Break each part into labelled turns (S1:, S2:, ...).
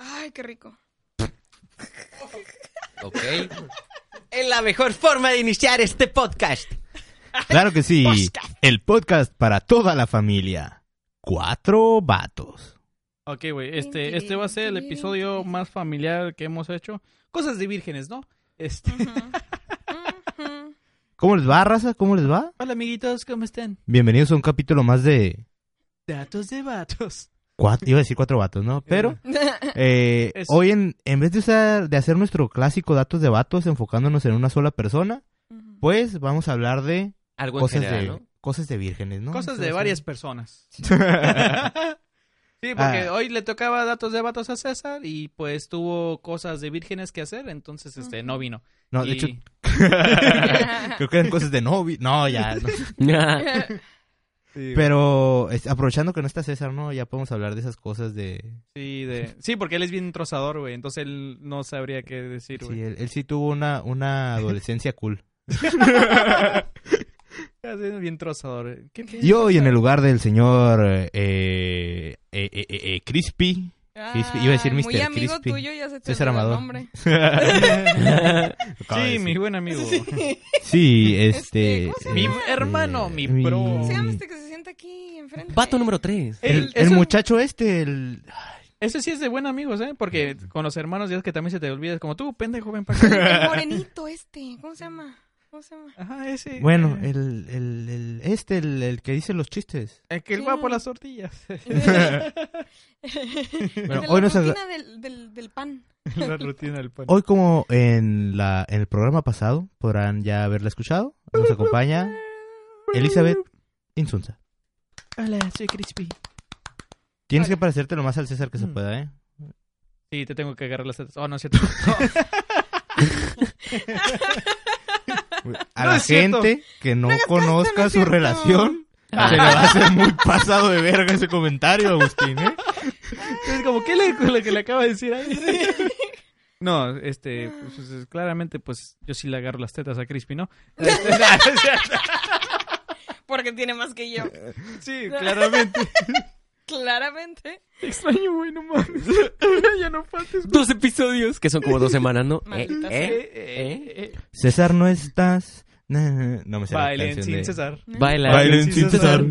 S1: Ay, qué rico.
S2: ¿Ok? Es la mejor forma de iniciar este podcast.
S3: Claro que sí. El podcast para toda la familia. Cuatro vatos.
S4: Ok, güey, este, este va a ser el episodio más familiar que hemos hecho. Cosas de vírgenes, ¿no? Este.
S1: Ujú.
S3: ¿Cómo les va, raza? ¿Cómo les va?
S4: Hola, amiguitos, ¿cómo están?
S3: Bienvenidos a un capítulo más de...
S4: Datos de vatos.
S3: Cuatro, iba a decir cuatro vatos, ¿no? Pero eh,
S4: Es-
S3: hoy en, en vez de, usar, de hacer nuestro clásico datos de vatos enfocándonos en una sola persona,
S1: Ujú.
S3: pues vamos a hablar de
S2: Algo en
S3: cosas
S2: general,
S3: de
S2: ¿no?
S3: cosas de vírgenes, ¿no?
S4: Cosas
S3: Eso
S4: de
S3: es-
S4: varias personas. sí, porque
S3: Ah.
S4: hoy le tocaba datos de vatos a César y pues tuvo cosas de vírgenes que hacer, entonces este no vino.
S3: No, de
S4: Y-
S3: hecho, creo que eran cosas de novio. No, ya. no. Pero es- aprovechando que no está César, ¿no? Ya podemos hablar de esas cosas de...
S4: sí, de- sí, porque él es bien trozador, güey, entonces él no sabría qué decir,
S3: Sí,
S4: güey.
S3: él, él sí tuvo una, una adolescencia cool.
S4: Ah, Es bien trozador. eh. ¿Qué- qué?
S3: Y hoy en el lugar del señor eh, eh, eh, eh, eh, Crispy. Crispy. Iba a decir
S1: Ay,
S3: Mr.
S1: Muy amigo
S3: Crispy.
S1: tuyo, ya se te
S3: César
S1: olvidó el
S3: Amador.
S1: nombre.
S3: Acaba de
S4: Sí,
S3: decir.
S4: mi buen amigo.
S3: Sí,
S1: Este,
S3: este...
S1: ¿cómo
S4: Mi
S3: eh,
S4: hermano, mi
S3: mi-
S4: pro.
S1: Se
S3: Sí,
S1: llama este que se sienta aquí enfrente.
S2: Vato número 3.
S3: El,
S4: El-
S3: el
S4: eso-
S3: muchacho este, el...
S4: Ese sí es de buen amigos, ¿eh? Porque con los hermanos ya es que también se te olvida. Como tú, pendejo, ven para acá.
S1: El morenito este. ¿Cómo se llama? ¿Cómo se llama?
S4: Ajá, ese. Eh,
S3: Bueno, eh,
S4: el,
S3: el, el, el- este, el, el que dice los chistes.
S4: que el guapo las tortillas.
S3: Bueno,
S1: de la
S3: hoy, nos agra-
S1: rutina del, del, del pan.
S4: la rutina del pan.
S3: hoy como en, la, en el programa pasado, podrán ya haberla escuchado, nos acompaña Elizabeth Insunza.
S4: Hola, soy Crispy.
S3: Tienes que parecerte lo más al César que se pueda, ¿eh?
S4: Sí, te tengo que agarrar las tetas. Oh, no es cierto.
S3: A
S4: No
S3: la
S4: es cierto.
S3: gente que no
S1: no
S3: conozca
S1: es
S3: su
S1: cierto.
S3: relación,
S4: Ah.
S3: se le va a hacer muy pasado de verga ese comentario, Agustín, ¿eh?
S4: es como, ¿qué le, lo que le acaba de decir a él? No, este, pues, es- claramente, pues, yo sí le agarro las tetas a Crispy, ¿no? Este, no, es cierto.
S1: Porque tiene más que yo.
S4: sí, claramente.
S1: Claramente.
S4: Te extraño, güey, no mames. ya no faltes.
S3: ¿Eh?
S2: Dos episodios, que son como dos semanas, ¿no?
S1: Maldita
S2: Eh, eh,
S4: Eh, eh, eh.
S3: César, no estás... Na, na, na. No me sé la
S4: Bailen
S3: canción
S4: sin
S3: de-
S4: César.
S2: Baila.
S3: Bailen sin César.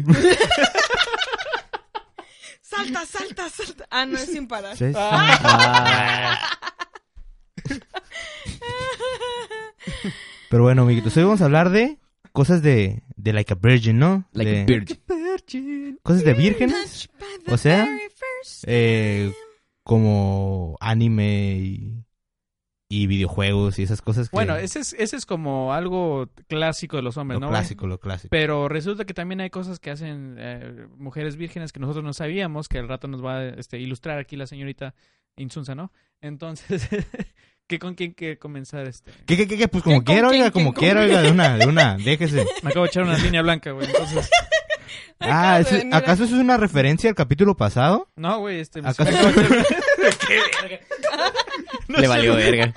S1: Salta, salta, salta. Ah, no es sin parar.
S4: Ah.
S3: César.
S2: Ah,
S3: Pero bueno, amiguitos, hoy vamos a hablar de cosas de, de Like a Virgin, ¿no?
S2: Like
S3: De-
S2: a virgin.
S3: Cosas de vírgenes,
S1: Touched by the
S3: O sea,
S1: very first
S3: eh, como anime y, y videojuegos y esas cosas. que-
S4: Bueno, ese es, ese es como algo clásico de los hombres,
S3: lo
S4: ¿no? güey?
S3: clásico, lo clásico.
S4: Pero resulta que también hay cosas que hacen eh, mujeres vírgenes que nosotros no sabíamos, que al rato nos va a este, ilustrar aquí la señorita Insunza, ¿no? Entonces, ¿qué, ¿con quién quiere comenzar este?
S3: ¿Qué, qué, qué, qué? Pues como
S1: ¿Qué, con
S3: quiera,
S1: quién, quién,
S3: oiga, como
S1: con
S3: quiera,
S1: quién?
S3: oiga, de una, de una, déjese.
S4: Me acabo de echar una línea blanca, güey. Entonces,
S3: Ah,
S1: de
S3: ¿eso-
S1: venir a-
S3: ¿acaso eso es una referencia al capítulo pasado?
S4: no, güey, este... pues,
S3: ¿Acaso
S2: Le valió verga.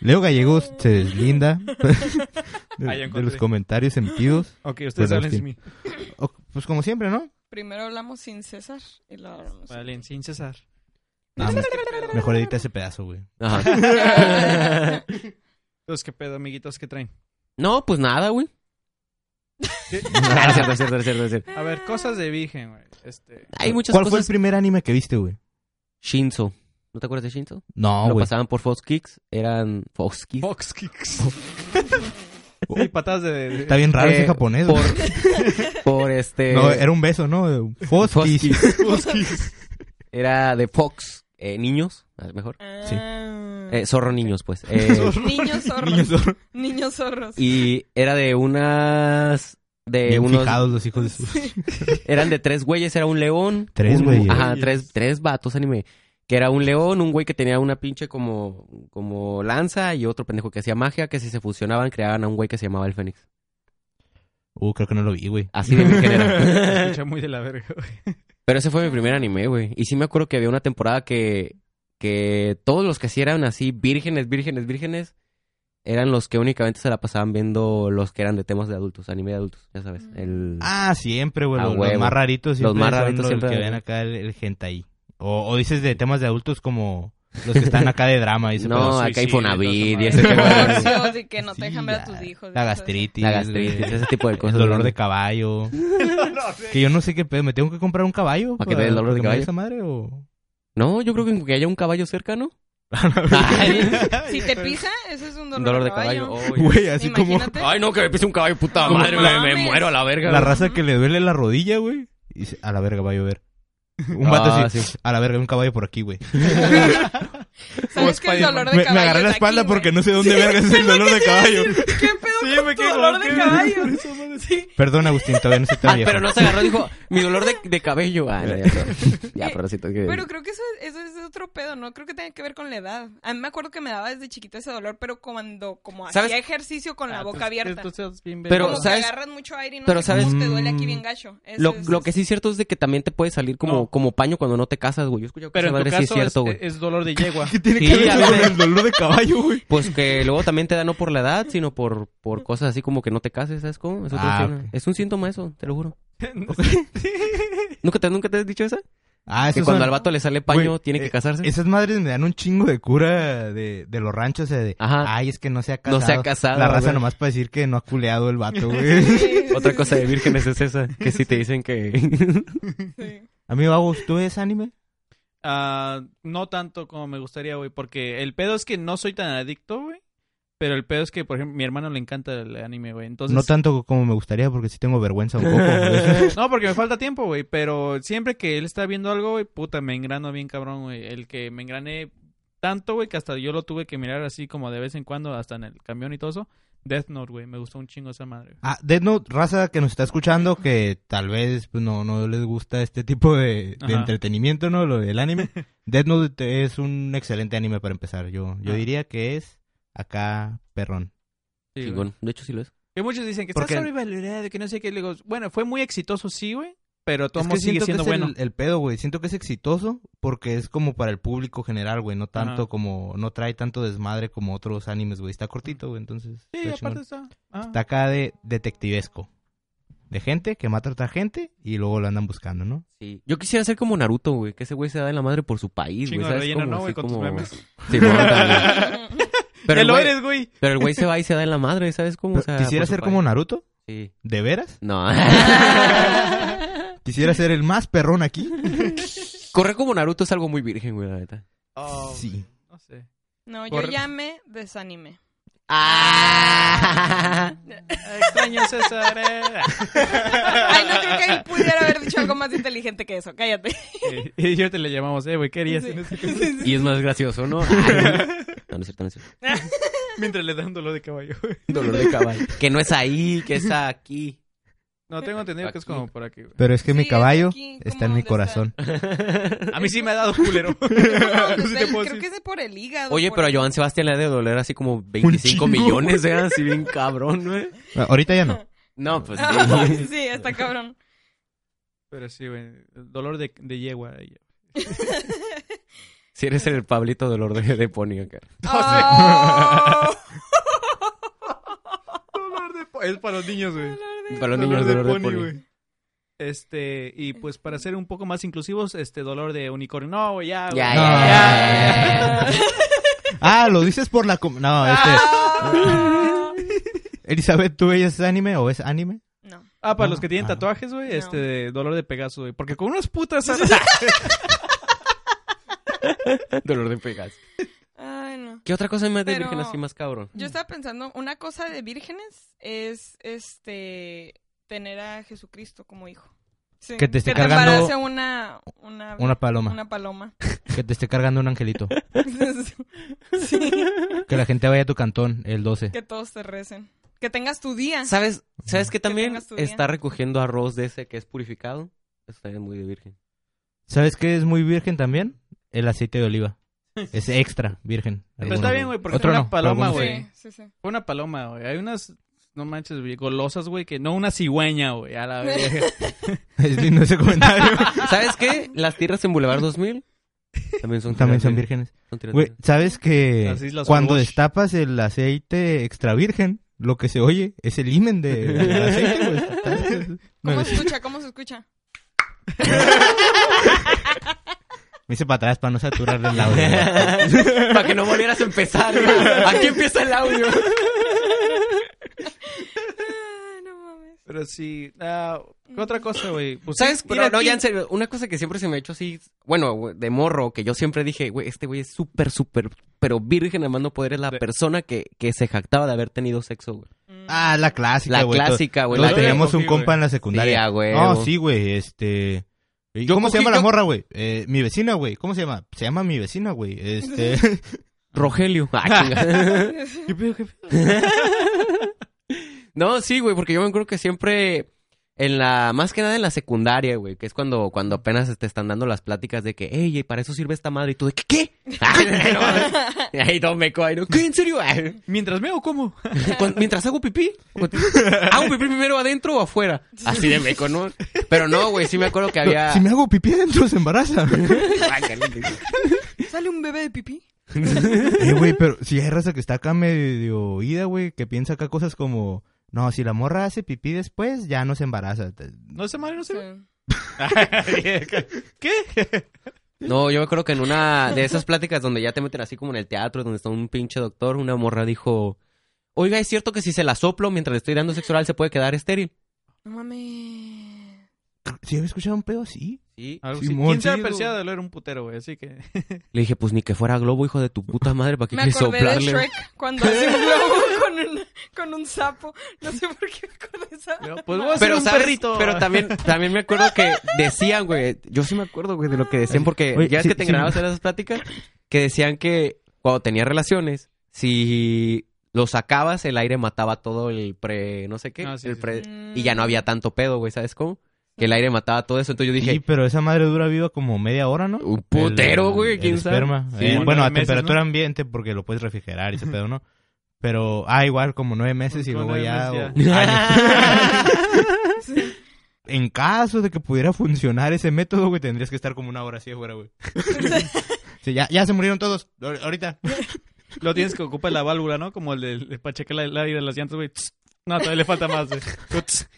S3: Leo Gallegos se deslinda de,
S4: Ahí
S3: de
S4: encontré.
S3: los comentarios emitidos?
S4: Ok, ustedes
S3: Bueno,
S4: hablen sin
S3: sí.
S4: mí.
S3: O- pues como siempre, ¿no?
S1: Primero hablamos sin César y luego hablamos.
S4: Valen, sin César.
S3: Nada más. Ah, Mejor edita ese pedazo, güey.
S2: Ajá.
S4: Entonces, ¿qué pedo, amiguitos, qué traen?
S2: No, pues nada, güey. Ah, es cierto, es cierto, es cierto, es cierto.
S4: A ver, cosas de virgen, güey. Este...
S2: Hay muchas
S3: ¿Cuál fue el
S2: cosas.
S3: primer anime que viste, güey?
S2: Shinzo. ¿No te acuerdas de Shinzo?
S3: No,
S2: Lo
S3: güey.
S2: pasaban por Fox Kicks. Eran Fox Kicks.
S4: Box kicks. sí, patadas de... de-
S3: Está bien raro
S2: Eh,
S3: ese japonés,
S2: por,
S3: güey.
S2: por este...
S3: No, era un beso, ¿no?
S2: Fox
S3: Foskis.
S2: Kids. Era de Fox. eh, niños, a lo mejor.
S3: Sí.
S1: Ah.
S2: Eh, zorro niños, pues. Eh,
S1: Niños zorros.
S3: Niños
S1: Niños,
S3: son
S1: zorros.
S2: y era de unas... De
S3: bien
S2: eh, unos...
S3: fijados los hijos de su...
S2: Eran de tres güeyes. Era un león.
S3: Tres
S2: un-
S3: güeyes.
S2: Ajá, tres, tres vatos anime. que era un león, un güey que tenía una pinche como, como lanza y otro pendejo que hacía magia, que si se fusionaban creaban a un güey que se llamaba el Fénix.
S3: Uh, creo que no lo vi, güey.
S2: Así de bien era.
S4: Escucha muy de la verga, güey.
S2: Pero ese fue mi primer anime, güey. Y sí me acuerdo que había una temporada que, que todos los que sí eran así, vírgenes, vírgenes, vírgenes, eran los que únicamente se la pasaban viendo los que eran de temas de adultos, anime de adultos, ya sabes. El...
S3: Ah, siempre, güey.
S2: A
S3: Los, los
S2: huevo.
S3: más raritos siempre
S2: Los más
S3: son
S2: raritos siempre
S3: que
S2: de-
S3: ven acá el, el hentai. O, o dices de temas de adultos como los que están acá de drama. Dice,
S2: no,
S3: pero-
S2: acá hay
S4: suicidios,
S2: Fonavid y
S4: los
S2: ese tipo de...
S1: Divorcios y que no te
S3: Sí,
S1: dejan ver a
S3: la-
S1: tus hijos. y
S3: La
S1: todo eso.
S3: gastritis.
S2: La gastritis, ese tipo de
S3: El
S2: cosas.
S3: dolor de caballo. que yo no sé qué pedo. ¿Me tengo que comprar un caballo?
S2: ¿Para que te dé el dolor de
S3: que me
S2: caballo?
S3: dé esa madre o...?
S2: No, yo creo que con que haya un caballo cerca, ¿no?
S1: Si te pisa, ese es un dolor,
S2: dolor de caballo. oh, ya.
S3: Güey, así como...
S1: Imagínate.
S2: Ay, no, que me pise un caballo, puta
S1: No
S2: madre, me, me
S1: mames.
S2: muero a la verga.
S3: La
S2: güey.
S3: raza que le duele la rodilla, güey. Y dice, a la verga va a llover. Un vato
S2: Ah,
S3: así,
S2: sí.
S3: a la verga, un caballo por aquí, güey.
S1: ¿Sabes que el dolor de
S3: Me,
S1: caballo
S3: me agarré
S1: es
S3: la espalda
S1: aquí,
S3: porque
S1: güey?
S3: no sé dónde verga es el dolor de caballo.
S1: ¿Qué pedo con tu dolor de caballo? Sí.
S3: Perdón, Agustín, todavía no soy tan
S2: Ah,
S3: viejo.
S2: pero no se agarró, dijo, mi dolor de, de cabello. Ah, no, ya, pero- ya, pero sí, tengo que...
S1: Pero creo que eso, eso es otro pedo, ¿no? Creo que tiene que ver con la edad. A mí me acuerdo que me daba desde chiquita ese dolor, pero cuando como hacía
S2: ¿Sabes?
S1: ejercicio con la
S4: Ah,
S1: boca
S4: tú-
S1: abierta.
S4: tú estás bien
S2: Pero,
S4: verga.
S1: como
S2: ¿sabes?
S1: que agarras mucho aire y no
S2: Pero, Mm,
S1: sé cómo
S3: ¿sabes?
S1: te duele aquí bien gacho. Eso
S2: Lo,
S1: es-
S2: lo que sí es cierto es de que también te puede salir como,
S4: No.
S2: como paño cuando no te casas, güey. Yo escucho que
S4: Pero
S2: esa
S4: en
S2: madre
S4: tu
S2: sí
S4: caso
S2: es cierto, güey.
S4: es, eh, es dolor de yegua.
S3: ¿Qué tiene
S2: Sí,
S3: que ver
S2: a
S3: eso con
S2: ver.
S3: el dolor de caballo, güey?
S2: Pues que luego también te da no por la edad, sino por, por cosas así como que no te cases, ¿sabes cómo? Es, otro
S3: Ah,
S2: síntoma.
S3: ok.
S2: Es un síntoma eso, te lo juro. ¿Nunca te, ¿Nunca te has dicho esa?
S3: Ah,
S2: Que
S3: esos
S2: cuando
S3: son-
S2: al vato le sale paño,
S3: Güey,
S2: tiene
S3: eh,
S2: que casarse.
S3: Esas madres me dan un chingo de cura de, de los ranchos, o sea, de,
S2: Ajá.
S3: ay, es que no se ha Ah, casado.
S2: Ah. No se ha casado,
S3: La raza
S2: güey.
S3: nomás para decir que no ha culeado el vato, güey.
S1: Sí,
S2: Otra
S1: sí,
S2: cosa
S1: sí,
S2: de vírgenes es esa, que si te dicen que...
S1: sí.
S3: Amigo Agus, ¿tú ves anime?
S4: Ah, no tanto como me gustaría, güey, porque el pedo es que no soy tan adicto, güey. Pero el pedo es que, por ejemplo, mi hermano le encanta el anime, güey. Entonces,
S3: No tanto como me gustaría, porque sí tengo vergüenza un poco. güey.
S4: Eh, No, porque me falta tiempo, güey. Pero siempre que él está viendo algo, güey, puta, me engrano bien cabrón, güey. El que me engrané tanto, güey, que hasta yo lo tuve que mirar así como de vez en cuando, hasta en el camión y todo eso. Death Note, güey, me gustó un chingo esa madre. güey.
S3: Ah, Death Note, raza que nos está escuchando, que tal vez pues, no, no les gusta este tipo de, de
S4: Ajá.
S3: entretenimiento, ¿no? Lo del anime. Death Note es un excelente anime para empezar. Yo, yo
S4: Ah.
S3: diría que es acá perrón.
S4: Sí, güey.
S2: Chingón. De hecho, sí lo es.
S4: Que muchos dicen que está
S3: Porque-
S4: sobrevalorado, que no sé qué. Le digo, bueno, fue muy exitoso, sí, güey. Pero
S3: Es
S4: Tomo
S3: que siento
S4: sigue
S3: que
S4: siendo
S3: es
S4: bueno.
S3: el, el pedo, güey. Siento que es exitoso porque es como para el público general, güey. No tanto
S4: Ajá.
S3: como, no trae tanto desmadre como otros animes, güey. Está cortito, güey, entonces.
S4: Sí,
S3: está
S4: aparte
S3: chingón.
S4: está. ah.
S3: Está acá de detectivesco. De gente que mata a otra gente y luego lo andan buscando, ¿no?
S2: Sí. Yo quisiera ser como Naruto, güey, que ese güey se da en la madre por su país, güey.
S4: Chingo de
S2: ¿sabes
S4: relleno,
S2: cómo?
S4: ¿no, güey?
S2: Así
S4: Con tus
S2: como-
S4: memes.
S2: Sí, bueno, también. Pero
S4: ¡Ya
S2: el
S4: lo
S2: güey-
S4: eres, güey!
S2: Pero el güey se va y se da en la madre, ¿sabes cómo? O sea,
S3: Quisiera
S2: por su
S3: ser como
S2: país.
S3: Naruto,
S2: Sí.
S3: ¿de veras?
S2: No.
S3: Quisiera ser el más perrón aquí.
S2: Correr como Naruto es algo muy virgen, güey, la neta.
S4: Oh,
S3: sí.
S4: No sé.
S1: No, yo
S4: Por-
S1: ya me desanimé.
S4: Ah. Extraño César. eh.
S1: Ay, no creo que él pudiera haber dicho algo más inteligente que eso. Cállate.
S4: eh. Y yo te le llamamos, eh, güey, ¿qué harías?
S1: Sí.
S4: en ese caso?
S1: Sí, sí.
S2: Y es más gracioso, ¿no? Ay, no, no es cierto, no es cierto.
S4: Mientras le dan dolor de caballo. güey.
S2: Dolor de caballo. Que no es ahí, que está aquí.
S4: No, tengo entendido que es
S2: Aquí.
S4: como por aquí, güey.
S3: Pero es que mi
S1: Sí,
S3: caballo
S1: es aquí, como
S3: está en mi
S1: donde
S3: corazón.
S4: A mí sí me ha dado culero.
S1: No,
S4: No sé si te
S1: del- creo
S4: puedo
S1: que
S4: decir.
S1: es de por el hígado.
S2: Oye,
S1: por
S2: pero a
S1: el-
S2: Joan Sebastián le ha de doler así como 25
S3: chingo.
S2: millones, ¿eh? Así bien cabrón, güey.
S3: Ah, Ahorita ya no.
S2: No, pues
S1: Ah,
S2: sí.
S1: sí, está cabrón.
S4: Pero sí, güey. Dolor de, de yegua. ahí.
S2: Si eres el Pablito Dolor de, de Pony, acá.
S1: Oh.
S4: Dolor de po- Es para los niños, güey.
S2: Para los niños, Dolor de Pony.
S4: Este, y pues para ser un poco más inclusivos, este dolor de unicornio. No, güey, ya, güey.
S2: Ya,
S3: No.
S2: ya, ya.
S3: Ah, lo dices por la... com- No, este...
S1: Ah. Oh.
S3: Elizabeth, ¿tú ves anime o ves anime?
S1: No.
S4: Ah, para
S3: No,
S4: los que tienen
S3: ah.
S4: tatuajes, güey,
S1: No.
S4: este de dolor de Pegaso, güey. Porque con unas putas. Ah.
S2: Dolor de Pegas.
S1: Ay, no.
S2: ¿Qué otra cosa más de
S1: Pero-
S2: virgen así más cabrón?
S4: Mm.
S1: Yo estaba pensando, una cosa de vírgenes es este tener a Jesucristo como hijo. Sí,
S3: Que te esté cargando
S1: embarace una, una,
S3: Una paloma.
S1: una paloma.
S3: Que te esté cargando un angelito.
S1: Sí,
S3: Que la gente vaya a tu cantón el 12.
S1: que todos te recen. Que tengas tu día.
S2: ¿Sabes, ¿sabes que también
S1: tengas tu día.
S2: está recogiendo arroz de ese que es purificado? Eso también es muy de virgen.
S3: ¿Sabes qué es muy virgen también? el aceite de oliva. Es extra virgen.
S4: Pero
S3: Algunos,
S4: está bien, güey, porque
S3: Otro
S4: fue una
S3: no, pero
S4: paloma,
S3: algunos
S4: güey.
S1: Sí, sí, sí.
S4: Fue una paloma, güey. Hay unas, no manches, güey, golosas, güey, que no una cigüeña, güey, a la vez.
S3: Es lindo ese comentario.
S2: ¿Sabes qué? Las tierras en Boulevard 2000 también son
S3: También son
S2: tiras
S3: vírgenes.
S2: son tiras
S3: Güey,
S2: vírgenes.
S3: ¿sabes que
S4: Las Islas
S3: cuando
S4: Wabash.
S3: destapas el aceite extra virgen, lo que se oye es el himen de- del aceite, güey? Entonces, Me,
S1: ¿Cómo se escucha? ¿Cómo se escucha?
S3: me hice para atrás para no saturar el audio. güey.
S2: Para que no volvieras a empezar. güey. Aquí empieza el audio.
S1: Ah, no mames.
S4: Pero sí, ah, ¿qué otra cosa, güey? Pues,
S2: ¿Sabes
S4: sí,
S2: qué?
S4: mira,
S2: No,
S4: aquí-
S2: ya en serio. Una cosa que siempre se me ha hecho así, bueno, güey, de morro, que yo siempre dije, güey, este güey es súper, súper, pero virgen, además no poder, es la
S4: De-
S2: persona que, que se jactaba de haber tenido sexo, güey.
S1: Mm.
S3: Ah, la clásica,
S2: La
S3: güey.
S2: clásica, güey.
S3: Todos
S2: la que-
S3: teníamos un
S4: Cogí, güey.
S3: compa en la secundaria.
S2: Sí, a huevo.
S3: No, sí, güey, este... ¿y
S2: Yo
S3: ¿Cómo se
S2: cogí-
S3: llama la
S2: yo-
S3: morra, güey? Eh, mi vecina, güey. ¿Cómo se llama? Se llama mi vecina, güey. Este...
S2: Rogelio. Ah, chinga.
S4: ¿Qué pedo, qué pedo?
S2: no, sí, güey, porque yo me acuerdo que siempre en la, más que nada en la secundaria, güey, que es cuando, cuando apenas te están dando las pláticas de que, hey, y para eso sirve esta madre, y tú de que, ¿qué? Ah, no, ahí no me cojo, ¿no? ¿qué? ¿En serio? Ah.
S4: Mientras meo, ¿cómo?
S2: Cuan- Mientras hago pipí, hago pipí primero adentro o afuera. Así de meco, ¿no? Pero no, güey, sí me acuerdo que había.
S3: Si me hago pipí adentro, se embaraza.
S1: ¿Sale un bebé de pipí?
S3: Eh, güey, pero si hay raza que está acá medio oída, güey, que piensa acá cosas como... No, si la morra hace pipí después, ya no se embaraza.
S4: No sé, madre, no sé.
S1: Sí.
S4: ¿Qué?
S2: No, yo me acuerdo que en una de esas pláticas donde ya te meten así como en el teatro, donde está un pinche doctor, una morra dijo: Oiga, es cierto que si se la soplo mientras le estoy dando sexo oral se puede quedar estéril.
S1: No mames.
S3: Si había escuchado un pedo así.
S2: Sí.
S4: Algo así.
S3: Simón,
S4: ¿Quién
S3: sí,
S4: se ha
S3: güey.
S4: perseguido de lo era un putero, güey? Así que...
S2: Le dije: Pues ni que fuera globo, hijo de tu puta madre, ¿para qué
S1: Me
S2: quieres
S1: acordé de
S2: soplarle?
S1: Shrek cuando hace un globo con un, con un sapo. No sé por qué me acordé de esa.
S4: Pues voy a ser
S2: Pero,
S4: un
S2: ¿sabes?
S4: perrito.
S2: pero también, también me acuerdo que decían, güey, yo sí me acuerdo, güey, de lo que decían, porque
S3: Oye,
S2: ya es
S3: sí,
S2: que te
S3: sí.
S2: grababas en esas pláticas, que decían que cuando tenía relaciones, si lo sacabas, el aire mataba todo el pre, no sé qué,
S4: Ah, sí,
S2: el
S4: sí,
S2: pre-
S1: sí.
S2: y ya no había tanto pedo, güey, ¿sabes cómo? Que el aire mataba todo eso, entonces yo
S3: Sí,
S2: dije,
S3: pero esa madre dura viva como media hora, ¿no?
S2: un putero,
S3: El-
S2: güey,
S3: el
S2: quién sabe.
S3: esperma.
S4: Sí,
S3: Eh,
S4: como
S3: bueno,
S4: nueve
S3: a
S4: meses,
S3: temperatura
S4: ¿no?
S3: ambiente porque lo puedes refrigerar y ese pedo, ¿no? Pero, ah, igual, como nueve meses y
S4: Con
S3: luego
S4: nueve
S3: ya...
S4: meses
S3: o- años. en caso de que pudiera funcionar ese método, güey, tendrías que estar como una hora así afuera, güey. Sí, ya, ya se murieron todos. ahor- Ahorita.
S4: Lo tienes que ocupar la válvula, ¿no? Como el de, el para checar la- el aire de las llantas, güey. Tss. No, todavía le falta más, güey. Tss.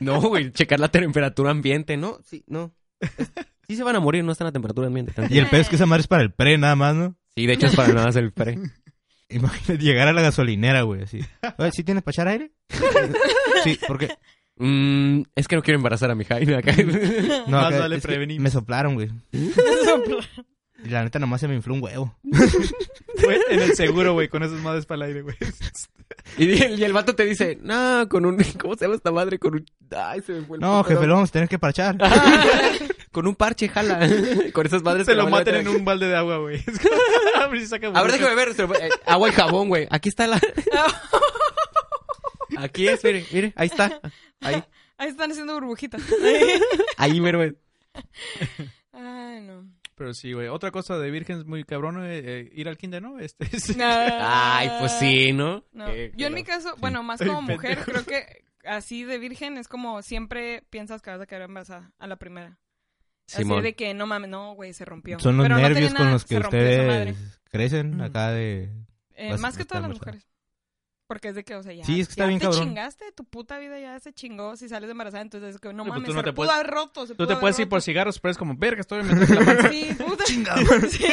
S2: No, güey, checar la temperatura ambiente, ¿no? Sí, no. Sí se van a morir, no están a temperatura ambiente.
S3: Y el pedo es que esa madre es para el pre nada más, ¿no?
S2: Sí, de hecho es para nada más el pre.
S3: Imagínate llegar a la gasolinera, güey, así. Oye, ¿sí tienes para echar aire? Sí, porque...
S2: Mm, es que no quiero embarazar a mi Jaime acá.
S3: No,
S4: Más
S3: acá-
S4: vale
S3: es que
S4: prevenir.
S3: Me soplaron, güey. Y la neta nomás se me infló un huevo.
S4: Güey, en el seguro, güey, con esas madres para el aire, güey.
S2: Y, di- y el vato te dice, no, con un, ¿cómo se llama esta madre? Con un, ay, se me fue el
S3: No,
S2: pájaro".
S3: jefe, lo vamos a tener que parchar.
S2: Con un parche, jala. con esas madres
S4: Se
S2: que
S4: lo
S2: valen
S4: maten
S2: la
S4: en
S2: pena.
S4: un balde de agua, güey. A ver si saca
S2: A ver,
S4: burbujas.
S2: déjame ver. se lo- eh, agua y jabón, güey. Aquí está la... Aquí es, mire, mire, ahí está. Ahí,
S1: Ahí están haciendo burbujitas.
S2: ahí mero. güey.
S1: Ay, no.
S4: Pero sí, güey. Otra cosa de virgen muy cabrón, güey, eh, ir al kinder, ¿no? Este, sí.
S2: Ay, pues sí, ¿no?
S1: No.
S2: Qué- qué
S1: Yo en
S2: la-
S1: mi caso, bueno, más
S4: Ay,
S1: como mujer,
S4: pendejo.
S1: creo que así de virgen es como siempre piensas que vas a quedar embarazada a la primera.
S2: Simón.
S1: Así de que no mames, no, güey, se rompió.
S3: Son los
S1: Pero no tenía
S3: nervios con
S1: nada,
S3: los que
S1: se rompió esa madre.
S3: ustedes crecen
S4: Mm.
S3: acá de...
S1: Eh,
S3: Vas-
S1: más que
S3: vas
S1: todas
S3: a
S1: las
S3: embarazar.
S1: mujeres. Porque es de que, o sea, ya,
S3: Sí, es que está
S1: ya
S3: bien
S1: te
S3: cabrón.
S1: chingaste, tu puta vida ya se chingó si sales embarazada, entonces es que no
S4: Sí, pues,
S1: mames,
S4: tú no
S1: se
S4: te
S1: pudo
S4: puedes-
S1: haber roto. se
S4: Tú
S1: pudo
S4: te
S1: haber
S4: puedes ir
S1: roto.
S4: por cigarros, pero es como, verga, estoy metiendo la panza.
S1: Sí, puta. Sí.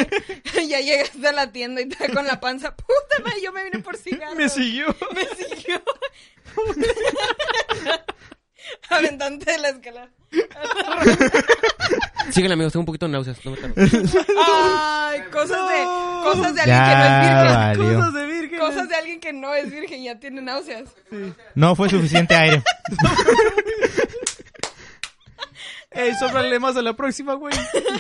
S1: Ya llegaste a la tienda y está con la panza, puta madre, yo me vine por cigarros.
S4: Me siguió.
S1: Me siguió. Aventante de la escalera.
S2: Síguele, amigos, tengo un poquito de náuseas. No me tardo.
S1: Ay, cosas de cosas de alguien
S3: Ya
S1: que no es virgen.
S3: valió.
S4: de virgen.
S1: Cosas de alguien que no es virgen ya tiene náuseas.
S3: No fue suficiente aire.
S4: Ey, sóbrale más a la próxima, güey.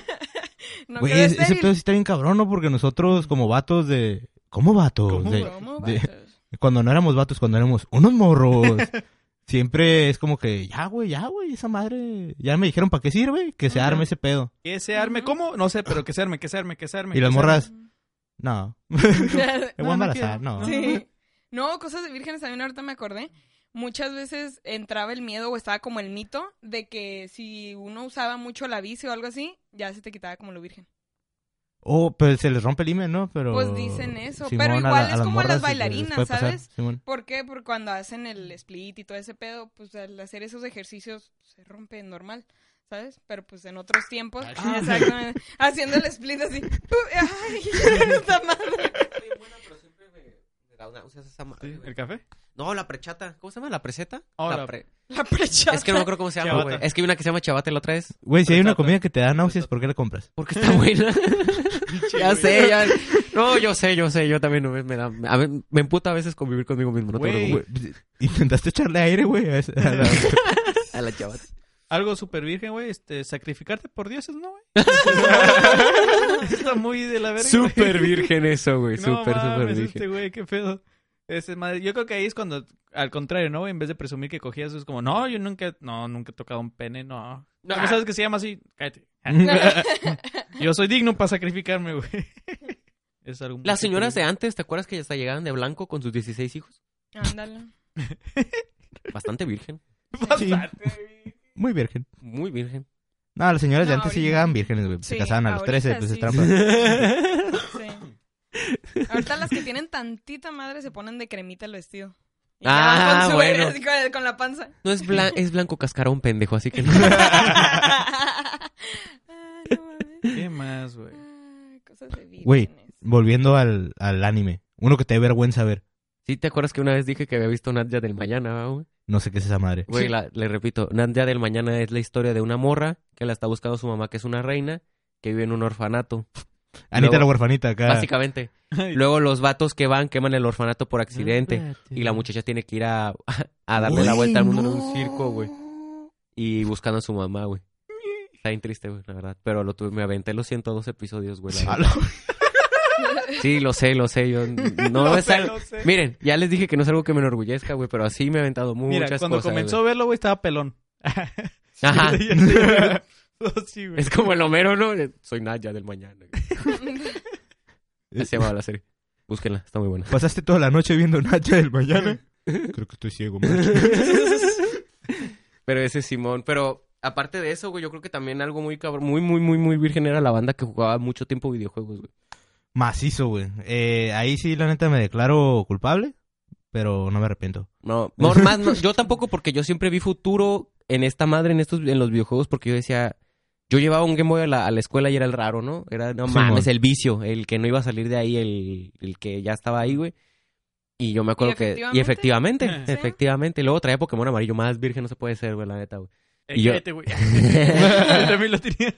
S1: No
S3: Güey,
S1: quedó
S3: es- ese
S1: estéril.
S3: pedo sí está bien cabrón, ¿no? Porque nosotros como vatos de... ¿Cómo vatos?
S4: ¿Cómo
S3: De-
S4: vatos?
S1: ¿Cómo
S3: de-
S1: vatos?
S3: Cuando no éramos vatos, cuando éramos unos morros. siempre es como que, ya, güey, ya, güey, esa madre, ya me dijeron para qué sirve, que se
S1: Ajá.
S3: arme ese pedo.
S4: Que se arme, ¿cómo? No sé, pero que se arme, que se arme, que se arme.
S3: Y
S4: que
S3: las
S4: se
S3: morras, no, me voy a
S4: No, no
S3: embarazar,
S4: quiero.
S3: no.
S1: Sí. No, cosas de vírgenes también ahorita me acordé. Muchas veces entraba el miedo o estaba como el mito de que si uno usaba mucho la bici o algo así, ya se te quitaba como lo virgen.
S3: Oh, pero se les rompe el himen, ¿no? Pero...
S1: Pues dicen eso,
S3: Simón,
S1: pero igual es
S3: las
S1: como a las
S3: morras se- se les
S1: bailarinas,
S3: puede pasar,
S1: ¿sabes?
S3: Simón.
S1: ¿Por qué? Porque cuando hacen el split y todo ese pedo, pues al hacer esos ejercicios se rompe normal, ¿sabes? Pero pues en otros tiempos, exactamente, haciendo el split así, ¡ay! esta madre.
S4: arme. ¿El café?
S2: No, la prechata. ¿Cómo se llama? ¿La preseta?
S4: Oh,
S2: La
S4: la-
S2: pre-
S1: La prechata.
S2: Es que no me acuerdo cómo se llama,
S4: Chavata.
S2: güey. Es que hay una que se llama chavata y la otra es...
S3: Güey, si hay una
S4: Exacto.
S3: comida que te da náuseas, ¿por qué la compras?
S2: Porque está buena. ya sé, ya... No, yo sé, yo sé. Yo también me, me da... a ver, me emputa a veces convivir conmigo mismo. No te
S4: Güey.
S2: preocupes.
S3: Güey, Intentaste echarle aire, güey. a esa- a la-
S2: A la chavata.
S4: Algo súper virgen, güey. Este, sacrificarte por dioses, ¿no, güey? Está muy de la verga. güey.
S2: Súper virgen eso, güey.
S4: No
S2: Súper, súper
S4: mames,
S2: virgen.
S4: este güey, qué pedo. Ese madre, yo creo que ahí es cuando, al contrario, ¿no? güey? En vez de presumir que cogías, es como, no, yo nunca, no, nunca he tocado un pene, no. No, ¿sabes que se llama así? Cállate. yo soy digno para sacrificarme, güey. Es algo muy
S2: Las señoras de
S4: súper-
S2: antes, ¿te acuerdas que ya hasta llegaban de blanco con sus 16 hijos?
S1: Ándale.
S2: Bastante virgen.
S3: Sí. Muy virgen.
S2: Muy virgen.
S3: No, las señoras de
S1: No,
S3: antes sí
S1: ahorita.
S3: llegaban vírgenes, güey. se
S1: Sí,
S3: casaban a los
S1: ahorita
S3: 13, pues
S1: sí.
S3: es trampa.
S1: Sí. Ahorita las que tienen tantita madre se ponen de cremita el vestido. Y
S2: Ah,
S1: ya van con su-
S2: bueno.
S1: así con, el- con la panza.
S2: No es, blan- es blanco cascarón, pendejo, así que no.
S1: Ay, no mames.
S4: ¿Qué más, güey?
S1: Ay, Cosas de
S3: Güey.
S1: vírgenes.
S3: Volviendo al, al anime. Uno que te dé vergüenza ver.
S2: ¿Sí te acuerdas que una vez dije que había visto Nadia del Mañana, va, güey?
S3: No sé qué es esa madre.
S2: Güey, la- le repito, Nadia del Mañana es la historia de una morra que la está buscando su mamá, que es una reina, que vive en un orfanato.
S3: Anita
S2: luego-
S3: la huerfanita acá.
S2: Básicamente. Luego los vatos que van queman el orfanato por accidente.
S4: Ah,
S2: Y la
S4: muchacha
S2: muchacha tiene que ir a, a darle la
S3: Güey,
S2: vuelta al mundo en
S3: no.
S2: un circo, güey. Y buscando a su mamá, güey. Está bien triste, güey, la verdad. Pero lo tuve, me aventé los 102 episodios, güey. la
S3: A
S2: verdad.
S3: la-
S2: Sí, lo sé, lo sé. Yo no es algo- Miren, ya les dije que no es algo que me enorgullezca, güey, pero así me he aventado muchas
S4: Mira, cuando
S2: cosas, Ah.
S4: comenzó a verlo, güey, estaba pelón. Oh,
S2: güey. Ajá.
S4: sí, güey.
S2: Es como el Homero, ¿no? Soy Naya del mañana. güey. Así se llamaba la serie. Búsquenla, está muy buena.
S3: Pasaste toda la noche viendo Nacha del mañana. Creo que estoy ciego, macho.
S2: Pero ese es Simón. Pero aparte de eso, güey, yo creo que también algo muy cabrón, muy, muy, muy, muy virgen era la banda que jugaba mucho tiempo videojuegos, güey.
S3: Macizo, güey. Eh, ahí sí, la neta, me declaro culpable, pero no me arrepiento.
S2: No, no, más, no, yo tampoco porque yo siempre vi futuro en esta madre, en estos, en los videojuegos, porque yo decía, yo llevaba un Game Boy a la, a la escuela y era el raro, ¿no? Era, no
S3: Simón.
S2: mames, el vicio, el que no iba a salir de ahí, el, el que ya estaba ahí, güey. Y yo me acuerdo
S1: ¿Y
S2: que... Y efectivamente,
S4: efectivamente?
S1: Sí.
S2: efectivamente. Y luego traía Pokémon amarillo más virgen, no se puede ser, güey, la neta, Este güey.
S4: Eh,
S2: Y yo-
S4: cállate, güey. Yo también lo tenía.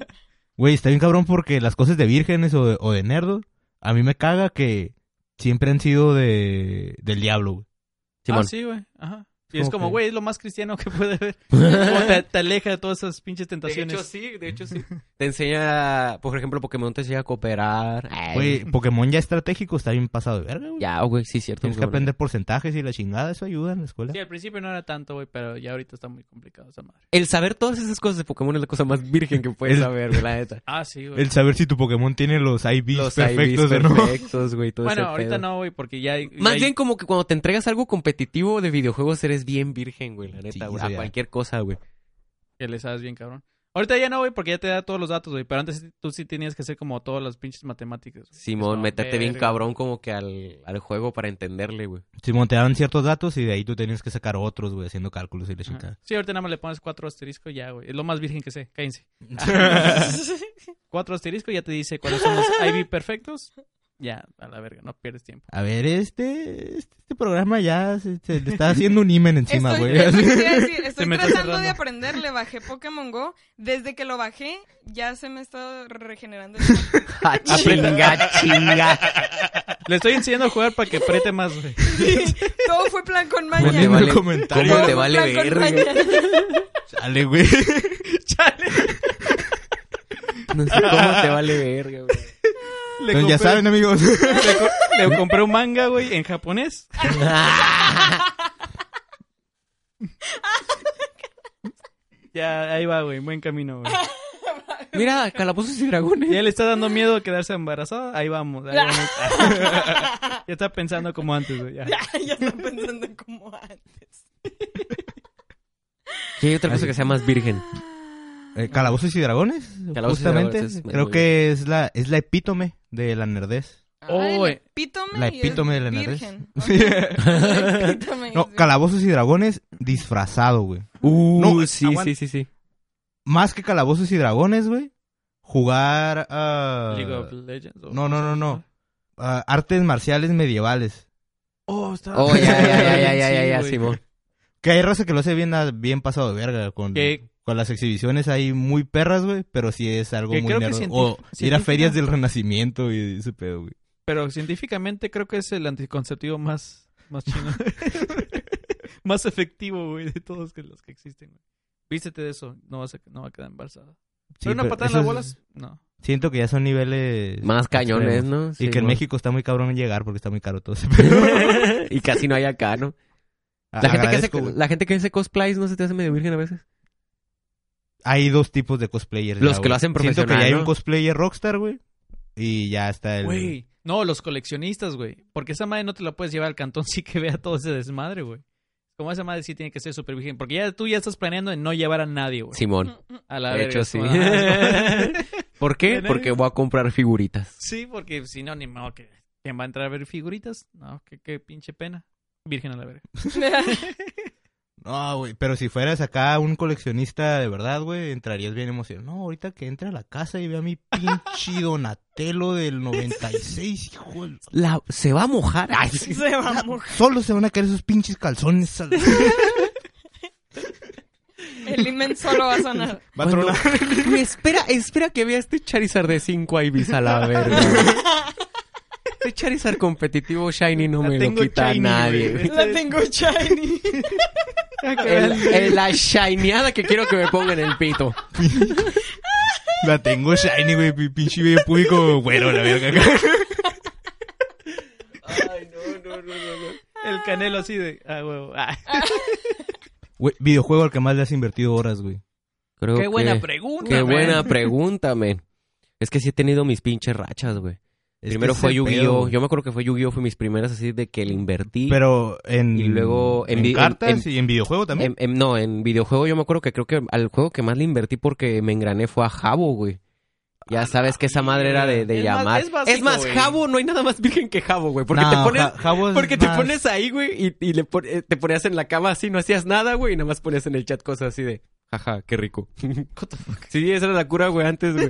S3: Güey, está bien cabrón porque las cosas de vírgenes o de, o de nerdos, a mí me caga que siempre han sido de del diablo, güey.
S2: Simón.
S4: Ah, sí, güey. Ajá. Y
S2: Es
S4: es
S2: como
S4: como,
S2: que-
S4: güey, es lo más cristiano que puede haber. Como te, te aleja de todas esas pinches tentaciones.
S2: sí, de hecho sí. Te enseña, por ejemplo, Pokémon te enseña a cooperar. Ay,
S3: Güey, Pokémon ya estratégico está bien pasado de verga, güey.
S2: Ya, pues, güey, sí, cierto.
S3: Tienes que
S2: Pokémon.
S3: aprender porcentajes y la chingada, eso ayuda en la escuela.
S4: Sí, al principio no era tanto, güey, pero ya ahorita está muy complicado esa madre.
S2: El saber todas esas cosas de Pokémon es la cosa más virgen que puedes
S3: El-
S2: saber, güey, la neta.
S4: Ah, sí, güey.
S3: El saber si tu Pokémon tiene los IVs
S2: Los
S3: perfectos
S2: IVs
S3: o no.
S2: perfectos, güey, todo
S4: Bueno,
S2: ese
S4: ahorita
S2: pedo.
S4: no, güey, porque ya... hay- ya
S2: Más
S4: hay-
S2: bien como que cuando te entregas algo competitivo de videojuegos eres bien virgen, güey, la
S3: Sí,
S2: neta, güey.
S3: eso
S2: A
S3: ya.
S2: cualquier cosa, güey.
S4: Que le sabes bien, cabrón. Ahorita ya no, güey, porque ya te da todos los datos, güey. Pero antes sí- tú sí tenías que hacer como todas las pinches matemáticas. güey. Es
S2: Simón,
S4: como,
S2: meterte bien
S4: verga.
S2: cabrón como que al, al juego para entenderle, güey.
S3: Simón, te daban ciertos datos y de ahí tú tenías que sacar otros, güey, haciendo cálculos y la
S4: Ajá.
S3: chingada.
S4: Sí, ahorita nada más le pones cuatro asteriscos y ya, güey. Es lo más virgen que sé. Cállense. cuatro asteriscos ya te dice cuáles son los IV perfectos. Ya, a la verga, no pierdes tiempo.
S3: A ver, este, este, este programa ya se, se le está haciendo un imen encima,
S1: estoy,
S3: güey.
S1: es lo que te iba a decir, estoy
S4: Se me está
S1: tratando de
S4: cerrando.
S1: aprender, le bajé Pokémon Go, desde que lo bajé ya se me está regenerando. el tiempo.
S2: Ah, chinga, chinga.
S4: Le estoy enseñando a jugar para que prete más, güey.
S1: Todo fue plan con
S3: Ponle
S1: mañana.
S2: Te
S3: en el
S2: vale-
S3: comentario.
S2: ¿Cómo
S1: Todo
S2: te
S1: fue
S2: vale
S1: plan con
S2: verga?
S1: mañana.
S3: Chale, güey.
S2: No sé cómo te vale verga, güey.
S4: Le
S3: Entonces, ya
S4: compré-
S3: saben, amigos.
S4: Le, co- le compré un manga, güey, en japonés. Ya, ahí va, güey. Buen camino, güey.
S2: Mira, calabozos y dragones.
S4: Ya le está dando miedo a quedarse embarazada. Ahí vamos. ahí vamos. ya está pensando como antes, güey. ya.
S1: ya está pensando como antes.
S2: ¿Qué hay otra cosa que sea más virgen?
S1: Ah.
S3: Eh, Calabozos y dragones,
S2: Calabozos y
S3: justamente.
S2: Dragones es muy-
S3: Creo
S2: muy-
S3: que es la, es la epítome de la nerdez.
S1: Ay,
S4: Oh,
S1: el
S4: eh,
S1: epítome
S3: la
S1: y
S3: epítome
S1: es
S3: de la nariz.
S1: virgen. Ok. El epítome y
S3: No,
S1: es virgen.
S3: Calabozos y dragones disfrazado, güey.
S2: Uh,
S3: No,
S2: sí,
S3: aguanta.
S2: sí, sí, sí.
S3: Más que Calabozos y dragones, güey. Jugar a...
S4: League of Legends. o-
S3: Ah, No, no, no, no. Ah, artes marciales medievales.
S4: Oh, está.
S2: Oh, ya, ya, ya, ya, ya, ya, ya,
S4: Sí, güey.
S2: Simón.
S3: Que hay raza que lo hace bien, a- bien pasado de verga. Con,
S4: Que-
S3: con las exhibiciones ahí muy perras, güey. Pero sí es algo
S4: Que
S3: muy
S4: creo que
S3: nerd.
S4: científic-
S3: O ir a
S4: científica-
S3: ferias del renacimiento y ese pedo, güey.
S4: Pero científicamente creo que es el anticonceptivo más, más chino. más efectivo, güey, de todos que los que existen, güey. Vístete de eso, no, vas a, no va a quedar embarazada.
S3: Sí,
S4: pero una
S3: pero
S4: patada en
S3: eso
S4: las
S3: es-
S4: bolas, no.
S3: Siento que ya son niveles...
S2: Más cañones,
S3: extremos.
S2: ¿no?
S3: Y que en
S2: Simón.
S3: México está muy cabrón llegar porque está muy caro todo ese pedo.
S2: y casi no hay acá, ¿no?
S3: A-
S2: La gente, que hace,
S3: agradezco, güey.
S2: la gente que hace cosplays no se te hace medio virgen a veces.
S3: Hay dos tipos de cosplayers.
S2: Los
S3: ya,
S2: que lo
S3: güey.
S2: hacen
S3: Siento que
S2: profesional,
S3: ya hay
S2: ¿no?
S3: un cosplayer rockstar, güey. Y ya está el...
S4: Güey, no, los coleccionistas, güey. Porque esa madre no te la puedes llevar al cantón si que vea todo ese desmadre, güey. Como esa madre sí tiene que ser súper virgen. Porque ya tú ya estás planeando en no llevar a nadie, güey.
S2: Simón.
S4: A la
S2: De
S4: verga,
S2: hecho,
S4: es como,
S2: sí.
S4: ah, es como-
S2: ¿Por qué?
S4: Bueno,
S2: Porque voy a comprar figuritas.
S4: sí, porque si no, ni modo que... ¿Quién va a entrar a ver figuritas? No, qué, qué pinche pena. Virgen a la verga.
S3: No, güey, pero si fueras acá un coleccionista de verdad, güey, entrarías bien emocionado. No, ahorita que entre a la casa y vea mi pinche Donatello del 96, hijo. de-
S2: La, se va a mojar. Ay, sí.
S1: Se va a mojar.
S3: Solo se van a caer esos pinches calzones. al-
S1: El imen solo va a sonar.
S3: Va a tronar.
S2: Me espera, espera que vea este Charizard de 5 Ibis a la verga. Este Charizard competitivo Shiny no
S4: La
S2: me lo
S4: tengo
S2: quita
S4: shiny,
S2: nadie.
S4: güey.
S2: güey.
S1: La tengo shiny.
S2: El- el- la shineada que quiero que me pongan en el pito.
S3: La tengo shiny, güey, mi pinche bello público, güero, la verga.
S4: El canelo así de... Ah, huevo. Ah.
S3: Güey, videojuego al que más le has invertido horas, güey.
S2: Creo
S4: Qué
S2: que-
S4: buena pregunta.
S2: Qué
S4: man.
S2: buena pregunta, men. Es que sí he tenido mis pinches rachas, güey.
S3: Es
S2: Primero
S3: que
S2: fue
S3: ese pedo,
S2: Yu-Gi-Oh!
S3: güey.
S2: Yo me acuerdo que fue Yu-Gi-Oh! Fue mis primeras así de que le invertí.
S3: Pero en...
S2: Y luego en
S3: en,
S2: vi- en-
S3: cartas
S2: en-
S3: y en videojuego también.
S2: Em- em, no, en videojuego yo me acuerdo que creo que al juego que más le invertí porque me engrané fue a Jabo, güey.
S3: Ah,
S2: Ya sabes que esa madre era de, de
S4: Es más-
S2: llamar.
S4: es básico,
S2: más,
S4: güey.
S2: Jabo, no hay nada más virgen que Jabo, güey. Porque
S3: No,
S2: te pones.
S3: Ja- Jabo es
S2: porque te
S3: más-
S2: pones ahí, güey, y, y le pon- eh, te ponías en la cama así, no hacías nada, güey, y nada más ponías en el chat cosas así de, jaja, qué rico. Sí, esa era la cura, güey, antes, güey.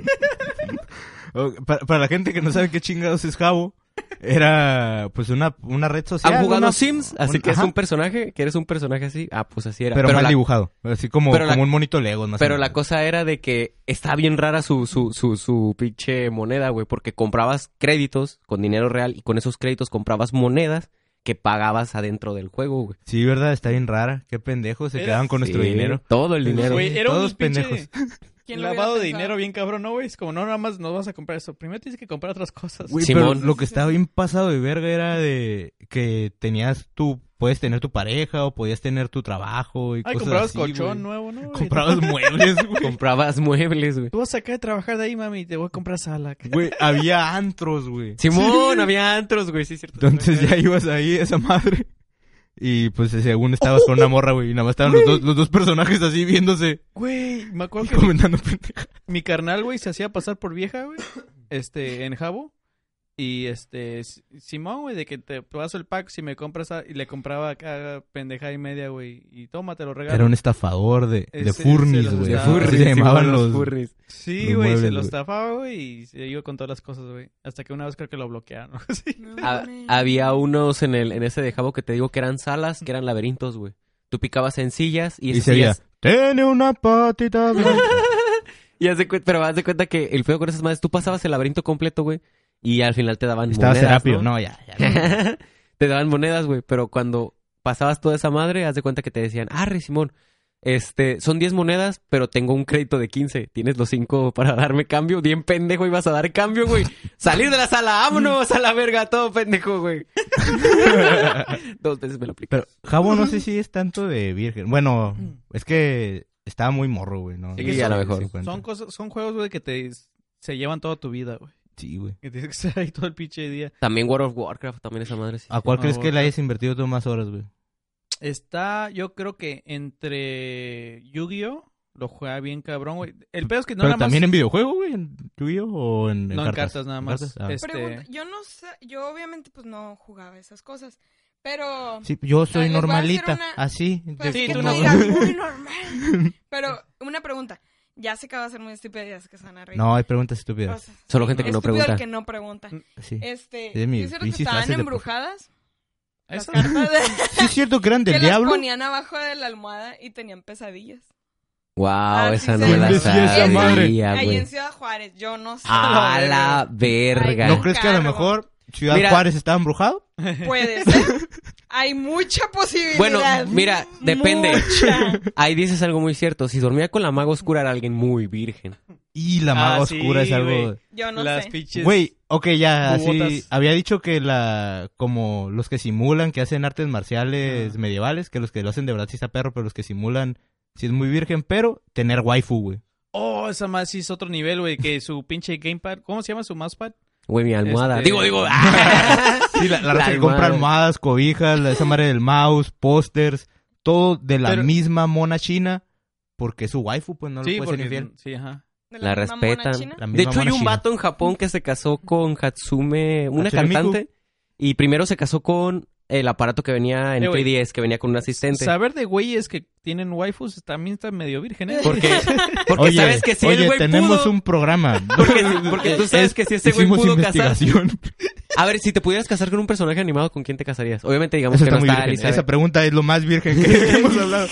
S3: Ok, Para, para la gente que no sabe qué chingados es Jabo, era pues una, una red social.
S2: Han jugado
S3: una-
S2: Sims, así
S3: un-
S2: que
S3: ajá.
S2: es un personaje, que eres un personaje así. Ah, pues así era.
S3: Pero, mal
S2: la-
S3: dibujado. Así como,
S2: pero la-
S3: como un monito Lego. Más o
S2: Pero
S3: menos.
S2: la cosa era de que estaba bien rara su, su, su, su pinche moneda, güey, porque comprabas créditos con dinero real y con esos créditos comprabas monedas que pagabas adentro del juego, güey.
S3: Sí, ¿verdad? Está bien rara. Qué pendejos. Se
S4: Era-
S3: quedaban con nuestro
S2: Sí,
S3: dinero.
S2: Todo el dinero.
S4: Güey, era
S3: Todos
S4: un pinche
S3: pendejos.
S1: ¿Quién lo hubiera
S4: lavado de
S1: pensado?
S4: dinero bien cabrón, ¿no, güey? Es como, no, nada más nos vas a comprar eso. Primero tienes que comprar otras cosas.
S3: Güey, pues,
S2: Simón.
S3: pero lo que estaba bien pasado de verga era de que tenías tu... Puedes tener tu pareja o podías tener tu trabajo y
S4: Ay,
S3: cosas
S4: comprabas
S3: así,
S4: colchón
S3: güey.
S4: nuevo, ¿no? güey?
S3: Comprabas muebles, güey.
S2: Comprabas muebles, güey.
S4: Tú vas acá a trabajar de ahí, mami, y te voy a comprar sala.
S3: Güey, había antros, güey.
S2: Simón, había antros, güey, sí, es cierto.
S3: Entonces ya ibas ahí, esa madre. Y pues según estabas con una morra, güey. Y nada más estaban los dos, los dos personajes así viéndose
S4: Güey, me acuerdo
S3: y
S4: que mi,
S3: comentando pendejadas.
S4: mi carnal, güey, se hacía pasar por vieja, güey, este, en Jabo. Y este, S- Simón, güey, de que te paso el pack si me compras, a- y le compraba acá pendeja y media, güey, y toma, te lo regalo.
S3: Era un estafador de, de
S4: Ese-
S3: furnis,
S4: se los
S3: güey.
S2: De
S4: estaba-
S3: Así
S2: furries,
S3: se llamaban
S2: Simón,
S3: los...
S2: furries.
S4: Sí,
S3: Los
S4: güey, se
S3: muebles,
S4: lo
S3: güey.
S4: estafaba, güey, y se iba con todas las cosas, güey. Hasta que una vez creo que lo bloquearon. Sí.
S1: No,
S3: Ah,
S2: Ha-
S1: mames.
S2: había unos en el en ese de Jabo que te digo que eran salas, que eran laberintos, güey. Tú picabas en sillas y
S3: Y
S2: esas
S3: sería,
S2: sillas-
S3: tiene una patita blanca".
S2: Y haz de cuen- pero haz de cuenta que el feo con esas madres, tú pasabas el laberinto completo, güey, y al final te daban
S3: Estaba
S2: monedas,
S3: Serapio.
S2: ¿no?
S3: No, ya, ya.
S2: te daban monedas, güey, pero cuando pasabas toda esa madre, haz de cuenta que te decían, arre, Simón, este, son 10 monedas, pero tengo un crédito de 15, tienes los 5 para darme cambio, bien pendejo, ibas a dar cambio, güey, salir de la sala, vámonos a la verga, todo pendejo, güey. Dos veces me lo apliqué.
S3: Pero Jabo no sé si es tanto de virgen. Bueno, es que Estaba muy morro, güey, ¿no?
S4: Sí,
S3: No
S4: a
S3: sé
S2: lo
S3: si se
S2: mejor.
S3: cuenta.
S4: Son cosas, son juegos, güey, que te se llevan toda tu vida, güey.
S3: Sí, güey.
S4: Que tienes que estar ahí todo el pinche día.
S2: También World of Warcraft, también esa madre. sí.
S3: ¿A cuál
S4: Ah,
S3: crees que
S4: bueno.
S3: le hayas invertido tú más horas, güey?
S4: Está, yo creo que entre Yu-Gi-Oh! lo juega bien cabrón, güey. El pedo es que no
S3: Pero
S4: nada más.
S3: también en videojuego, güey, en tuyo o en,
S4: No, en cartas nada más.
S3: Ah.
S4: Es- Este-
S1: Pregunta, yo no sé, yo obviamente pues no jugaba esas cosas, pero...
S3: Sí, yo
S1: Ah, les voy a
S3: soy
S1: hacer
S3: normalita,
S1: una-
S3: así. de-
S1: Pues,
S4: Sí,
S1: que
S4: tú
S1: tú
S4: no.
S1: digas, "Muy normal. Pero una pregunta, ya sé que va a ser muy estúpida, ya sé que se van a reír.
S3: No, hay preguntas
S1: O
S3: estúpidas.
S1: sea,
S2: Solo gente que no
S1: estúpido
S2: pregunta.
S1: el que no pregunta.
S3: Sí.
S1: Este,
S3: Es mi
S1: yo creo que
S3: pinches
S1: estaban
S3: frases de
S1: embrujadas las
S4: Eso-
S1: cartas de-
S3: Sí, es cierto que eran
S1: que
S3: del
S1: las
S3: diablo.
S1: ponían abajo de la almohada y tenían pesadillas.
S2: Wow,
S1: Ah, sí,
S2: esa
S1: sí,
S2: no
S1: sí.
S2: la
S3: Sí, esa madre.
S2: sabía,
S1: Ahí en
S2: güey. Ah.
S1: Ciudad Juárez, yo no sé.
S2: A la verga.
S3: ¿No crees que a lo
S1: Cargo.
S3: mejor Ciudad
S2: Mira.
S3: Juárez estaba embrujado?
S1: Puede ser. Hay mucha posibilidad.
S2: Bueno, mira, depende.
S1: Mucha.
S2: Ahí dices algo muy cierto. Si dormía con la maga oscura era alguien muy virgen.
S3: Y la
S4: Ah,
S3: maga
S4: sí,
S3: oscura es algo...
S4: güey.
S1: Yo no
S4: las
S1: sé.
S4: pinches.
S3: Güey, ok, ya, así...
S4: Cubotas.
S3: Había dicho que la... Como los que simulan, que hacen artes marciales
S4: Ajá.
S3: medievales, que los que lo hacen de verdad sí está perro, pero los que simulan sí es muy virgen, pero tener waifu, güey.
S4: Oh, esa más sí es otro nivel, güey. Que su pinche gamepad. ¿Cómo se llama su mousepad?
S2: Güey, mi almohada.
S4: Este-
S2: Digo, ah. digo.
S3: Sí, la, la raza que compra almohadas, cobijas, la, esa madre del mouse, pósters, todo de la
S4: Pero-
S3: misma mona china, porque es su waifu, pues no
S4: sí,
S3: lo puede ser
S4: porque.
S3: infiel.
S4: Sí, ajá.
S1: De
S2: La
S1: misma mona
S2: respetan.
S1: china.
S3: La
S2: De
S3: misma
S2: hecho, hay
S3: mona
S2: un
S3: china.
S2: vato en Japón que se casó con Hatsume, una
S3: Hatsune Miku.
S2: cantante. Y primero se casó con el aparato que venía en
S4: Eh, güey.
S2: 3DS, que venía con un asistente.
S4: Saber de güeyes que tienen waifus también está medio virgen, ¿eh?
S2: Porque, porque
S3: oye,
S2: sabes que si
S3: oye,
S2: el güey
S3: tenemos
S2: pudo-
S3: un programa.
S2: Porque, porque tú sabes que si ese güey
S3: Hicimos
S2: pudo casar...
S3: investigación.
S2: A ver, si te pudieras casar con un personaje animado, ¿con quién te casarías? Obviamente digamos
S3: Eso
S2: que
S3: está
S2: no
S3: muy
S2: está
S3: virgen.
S2: Elizabeth.
S3: Esa pregunta es lo más virgen que hemos hablado.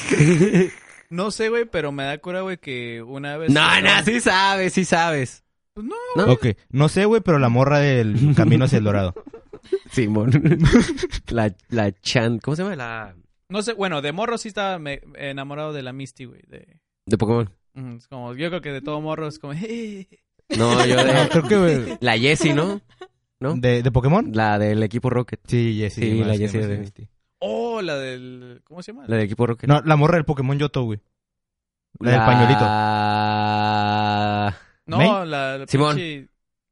S4: No sé, güey, pero me da cura, güey, que una vez.
S2: No, no, sí sabes, sí sabes.
S4: No.
S2: ¿No?
S3: Ok, no sé, güey, pero la morra del camino hacia el dorado.
S2: Simón. la, la Chan... ¿Cómo se llama? La...
S4: No sé, bueno, de morro sí estaba me- enamorado de la Misty, güey. De...
S2: De Pokémon.
S4: Mm, es como, yo creo que de todo morro es como. "Eh".
S2: No, yo
S3: No,
S2: de...
S3: Ah, creo que güey,
S2: La Jessie, ¿no? ¿No?
S3: de, de Pokémon.
S2: La del equipo Rocket.
S3: Sí, Jessie.
S2: Sí,
S3: más
S2: la
S3: que
S2: Jessie
S3: más
S2: de-
S3: que Misty.
S4: Oh, la del. ¿Cómo se llama?
S2: La del equipo Rocket.
S3: No, la morra del Pokémon Yoto, güey. La del pañuelito.
S2: La...
S4: No,
S3: ¿May?
S4: la. la
S2: Simón.
S4: pinche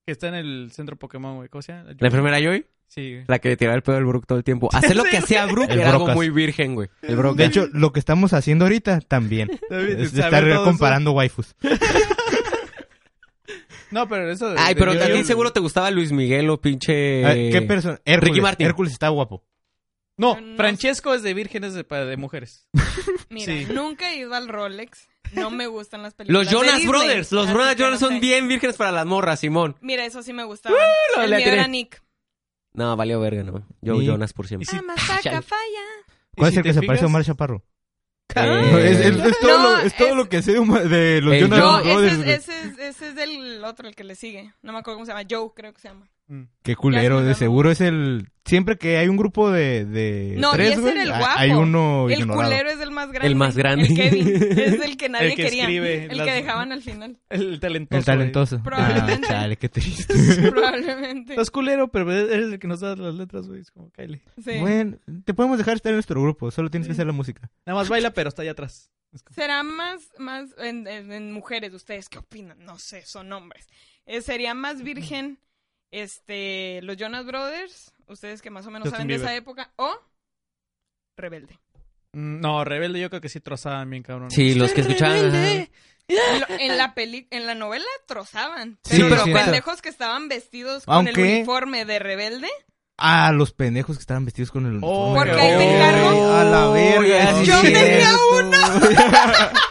S4: Que está en el centro Pokémon, güey. ¿Cómo se llama?
S2: ¿La enfermera Joy?
S4: Sí, güey.
S2: La que le tiraba el pedo al Brook todo el tiempo. Hacer lo que hacía Brook
S3: El
S2: era algo
S3: Brocas.
S2: muy virgen, güey. El
S3: De
S2: Brocas.
S3: hecho, lo que estamos haciendo ahorita también.
S4: David,
S3: Es
S4: saber
S3: estar
S4: todo eso.
S3: comparando waifus.
S4: No, pero eso. de-
S2: Ay,
S4: de
S2: pero
S4: Yu-Gi-Oh!
S2: a ti seguro te gustaba Luis Miguel o pinche...
S3: A ver, ¿Qué persona? Hércules.
S2: Ricky Martin.
S3: Hércules está guapo.
S4: No,
S1: No, no.
S4: Francesco es de vírgenes de, pa- de mujeres.
S1: Mira,
S4: Sí.
S1: nunca he ido al Rolex. No me gustan las películas.
S2: Los
S1: de
S2: Jonas
S1: Disney,
S2: Brothers. Los
S1: así
S2: Jonas
S1: que no
S2: Jonas son
S1: sé.
S2: bien vírgenes para las morras, Simón.
S1: Mira, eso sí me gustaba.
S2: lo
S1: El
S2: la
S1: mío
S2: tiré.
S1: era Nick.
S2: No, valió verga, no. Yo
S3: Y-
S2: Jonas por siempre.
S4: Sí.
S1: Ah, más saca, falla.
S3: ¿Cuál
S4: ¿Y
S3: es
S4: si
S3: el que
S4: te
S3: se parece a
S4: fijas?
S3: Omar Chaparro?
S2: Eh,
S3: No, es, es- es todo,
S1: No,
S3: lo, es todo
S1: es-
S3: lo que sé de Omar- de los
S2: El
S3: Jonas
S2: yo-
S1: No,
S3: Brothers.
S1: ese es,
S3: güey.
S1: ese, es, ese es del otro, el que le sigue. No me acuerdo cómo se llama. Joe, creo que se llama.
S3: Qué
S1: Ya se me
S3: culero, de
S1: olvidó.
S3: seguro es el... Siempre que hay un grupo de, de
S1: No, y
S3: tres,
S1: ese
S3: güey,
S1: era el
S3: hay-
S1: guapo.
S3: hay uno
S1: el
S3: ignorado.
S1: culero es el más grande.
S2: El más grande.
S1: El Kevin. Es el que nadie
S4: El que
S1: quería.
S4: escribe
S1: el
S4: las-
S1: que dejaban al final.
S4: El talentoso.
S3: El talentoso. Ah,
S1: Probablemente.
S3: chale, qué triste.
S1: Probablemente.
S4: Estás culero, pero eres el que nos da las letras, güey. Es como, Kylie.
S1: Sí.
S3: Bueno, te podemos dejar estar en nuestro grupo, solo tienes que hacer la música.
S4: Nada más baila, pero está allá atrás. Es como-
S1: Será más, más en, en- en mujeres, ¿ustedes qué opinan? No sé, son hombres. Eh, sería más virgen, este, los Jonas Brothers, ustedes que más o menos
S4: Justin
S1: saben de
S4: Bieber.
S1: esa época, o Rebelde.
S4: Mm, No, Rebelde yo creo que sí trozaban bien, cabrón.
S2: Sí, los que escuchaban.
S1: En lo- En la peli, en la novela trozaban.
S3: Sí,
S1: Pero
S3: pero
S1: los
S3: siento-
S1: pendejos que estaban vestidos con
S3: Aunque-
S1: el uniforme de rebelde.
S3: Ah, los pendejos que estaban vestidos con el uniforme.
S1: Porque ahí te encargo.
S3: Oh, A la verga.
S2: Oh,
S3: sí
S1: Yo
S3: es
S1: tenía
S3: cierto.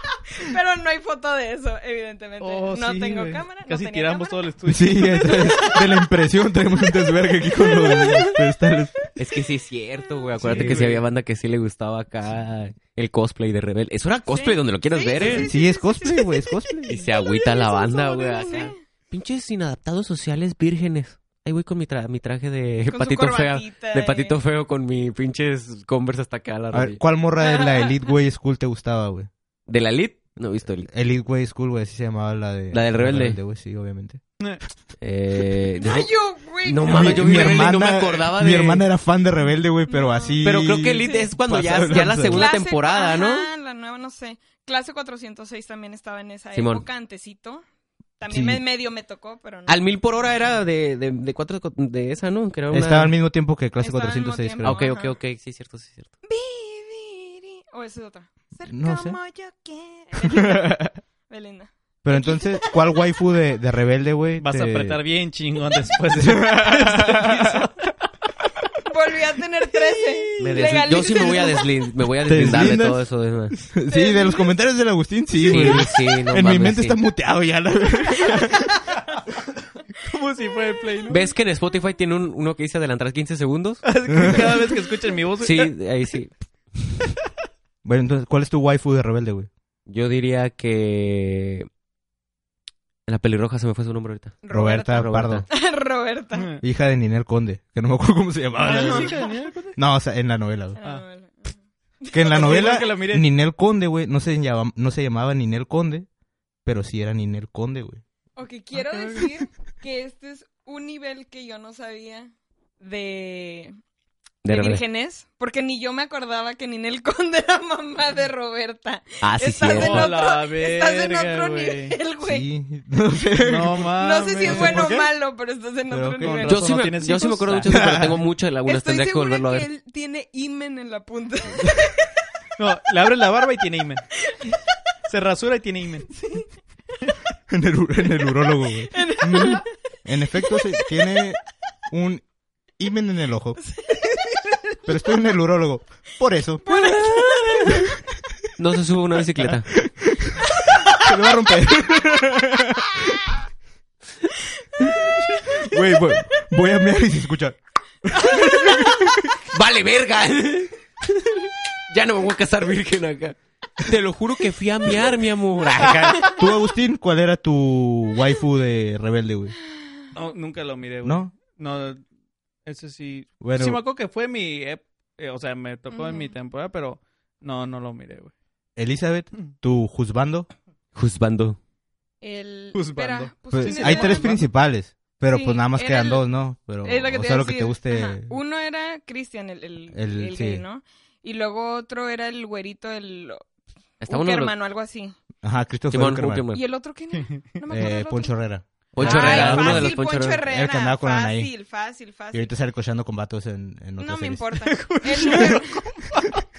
S1: Pero no hay foto de eso, evidentemente.
S4: Oh,
S1: no
S4: sí,
S1: tengo
S4: güey.
S1: cámara. no
S4: Casi
S1: tenía cámara.
S4: tiramos todo el estudio.
S3: Sí, es- es- de la impresión tenemos un desvergue aquí con los cristales.
S2: Es que sí es cierto, güey. Acuérdate
S4: Sí,
S2: que sí
S4: güey.
S2: había banda que sí le gustaba acá el cosplay de Rebel. Eso era cosplay
S1: Sí.
S2: donde lo quieras
S1: Sí,
S2: ver,
S1: sí,
S2: ¿eh?
S3: Sí, es cosplay, güey, es cosplay.
S2: Y se agüita la banda, güey,
S1: Sí.
S2: acá. Pinches inadaptados sociales vírgenes. Ahí voy con mi, tra- mi traje de
S1: Con su
S2: patito feo.
S1: corbatita eh.
S2: De
S1: y-
S2: patito feo con mi pinches converse hasta acá a la
S3: A ver,
S2: rodilla.
S1: Ah.
S3: ¿cuál morra de la Elite Way School te gustaba, güey?
S2: ¿De la Elite? No he visto el...
S3: Elite Way School, güey, así se llamaba la de...
S2: La del rebelde.
S3: güey, sí, obviamente.
S2: Eh, de-
S1: Ay, yo, güey.
S2: No mames, yo vi
S3: mi
S2: Rebelde y
S3: hermana,
S2: no me acordaba
S3: Mi
S2: de-
S3: hermana era fan de Rebelde, güey, pero
S1: No.
S3: así...
S2: Pero creo que Elite es cuando ya,
S3: Pasado de
S2: ya la
S3: lanza.
S2: segunda
S1: Clase-
S2: temporada, ¿no?
S1: Ajá, la nueva, no sé. Clase 406 también estaba en esa
S2: Simón.
S1: época, antecito. También
S3: Sí.
S1: me- medio me tocó, pero no.
S2: Al mil por hora era de, de, de cuatro de esa, ¿no? Que era una...
S3: Estaba al mismo tiempo que clase
S1: Estaba al mismo
S3: 406,
S2: Ah,
S3: creo.
S2: ok, ok,
S1: Ajá.
S2: ok, sí, cierto, sí, cierto.
S1: Vivir y- O Oh, esa es otra. Ser
S3: No sé.
S1: como yo quiero. Belinda.
S3: Pero entonces, ¿cuál waifu de, de Rebelde, güey?
S4: Vas a
S2: este,
S3: te-
S4: apretar bien chingón después de... este
S1: Volví a tener 13.
S2: Me desli- Yo sí me voy a
S1: Legalícenlo.
S2: deslind- me voy a
S3: ¿Te
S2: deslindar de
S3: deslindas?
S2: todo eso. de-
S3: Sí, de los comentarios del Agustín, sí, güey.
S2: sí, no
S3: en mi
S2: mames,
S3: mente
S2: sí.
S3: está muteado ya. La...
S4: Como si fuera el play, ¿no?
S2: ¿Ves que en Spotify tiene un- uno que dice adelantar 15 segundos?
S4: Cada vez que escuchan mi voz...
S2: Sí, ahí sí.
S3: bueno, entonces, ¿cuál es tu waifu de Rebelde, güey?
S2: Yo diría que... La pelirroja se me fue su nombre ahorita.
S3: Roberta,
S2: Roberta.
S3: Pardo.
S1: Roberta.
S3: Hija de Ninel Conde, que no me acuerdo cómo se llamaba.
S4: Ah,
S3: la
S4: ¿es
S3: verdad.
S4: hija de Ninel Conde?
S3: No, o sea, en la novela, güey.
S1: Ah, bueno.
S3: Que en la novela,
S4: Igual que la miré.
S3: Ninel Conde, güey, no, se llamaba- no se llamaba Ninel Conde, pero sí era Ninel Conde, güey.
S1: Ok, quiero decir que este es un nivel que yo no sabía de,
S2: De
S1: de
S2: Rebelde.
S1: Virgenes, porque ni yo me acordaba que Ninel Conde era mamá de Roberta.
S2: Ah, sí,
S1: estás, en
S2: cierto.
S4: no-
S1: otro,
S4: Hola,
S1: estás en
S4: verga,
S1: otro
S4: güey.
S1: nivel, güey.
S3: Sí, no sé.
S4: No mames.
S1: No sé si es
S3: sé
S1: bueno
S3: por
S1: o
S3: qué.
S1: malo, pero estás en
S3: Pero
S1: otro
S3: ok.
S1: nivel.
S2: Yo
S4: Con
S2: sí,
S4: razón
S2: me,
S4: no tienes
S2: yo sí me
S4: hijos. Ah.
S2: acuerdo mucho de eso, pero tengo mucho de la una.
S1: Estoy
S2: Tendría que volverlo a
S1: segura que
S2: ver.
S1: él tiene imen en la punta.
S4: No, le abres la barba y tiene imen. Se rasura y tiene imen.
S3: en, el, u- en el urólogo, güey. Mm. En efecto, se tiene un himen en el ojo. Pero estoy en el urólogo. Por eso.
S2: No se sube a una bicicleta.
S3: Se me va a romper. Güey, voy, voy a mirar y se escucha.
S2: ¡Vale, verga! ya no me voy a casar virgen acá. Te lo juro que fui a mear, mi amor. Acá.
S3: Tú, Agustín, ¿cuál era tu waifu de rebelde, güey?
S4: No, nunca lo miré, güey.
S3: ¿No?
S4: No, ese sí.
S3: Bueno.
S4: Sí me acuerdo que fue mi... ep- eh, o sea, me tocó en
S1: Ujú.
S4: mi temporada, pero... No, no lo miré, güey.
S3: Elizabeth, tu juzbando.
S2: Juzbando.
S1: El...
S4: Juzgando.
S1: espera, pues,
S3: Pues,
S1: ¿quién
S3: hay
S1: era?
S3: tres principales. Pero
S1: Sí,
S3: pues nada más
S1: era
S3: quedan
S1: el-
S3: dos, ¿no? Pero,
S1: Es lo que
S3: o
S1: te
S3: sea,
S1: iba
S3: lo
S1: a
S3: que te
S1: decir.
S3: guste.
S1: Ajá. Uno era Cristian, el, el,
S3: El-
S1: el gay,
S3: sí.
S1: ¿no? Y luego otro era el güerito, el
S2: Está bueno.
S1: Uckerman o algo así.
S3: Ajá, Christopher
S2: Simón
S3: Uckerman.
S2: Uckerman.
S1: ¿Y el otro quién era? No me acuerdo.
S3: Eh,
S1: del otro.
S3: Poncho Herrera.
S2: Poncho
S1: Ay,
S2: Herrera, uno de
S1: fácil,
S2: los Poncho
S1: Poncho
S2: Herrera.
S1: Herrera.
S3: El que andaba con Anaí.
S1: Fácil, fácil,
S3: Y
S1: fácil.
S3: ahorita sale cochando con vatos en, en
S1: No
S3: otras
S1: me
S3: series.
S1: importa. El Uckerman-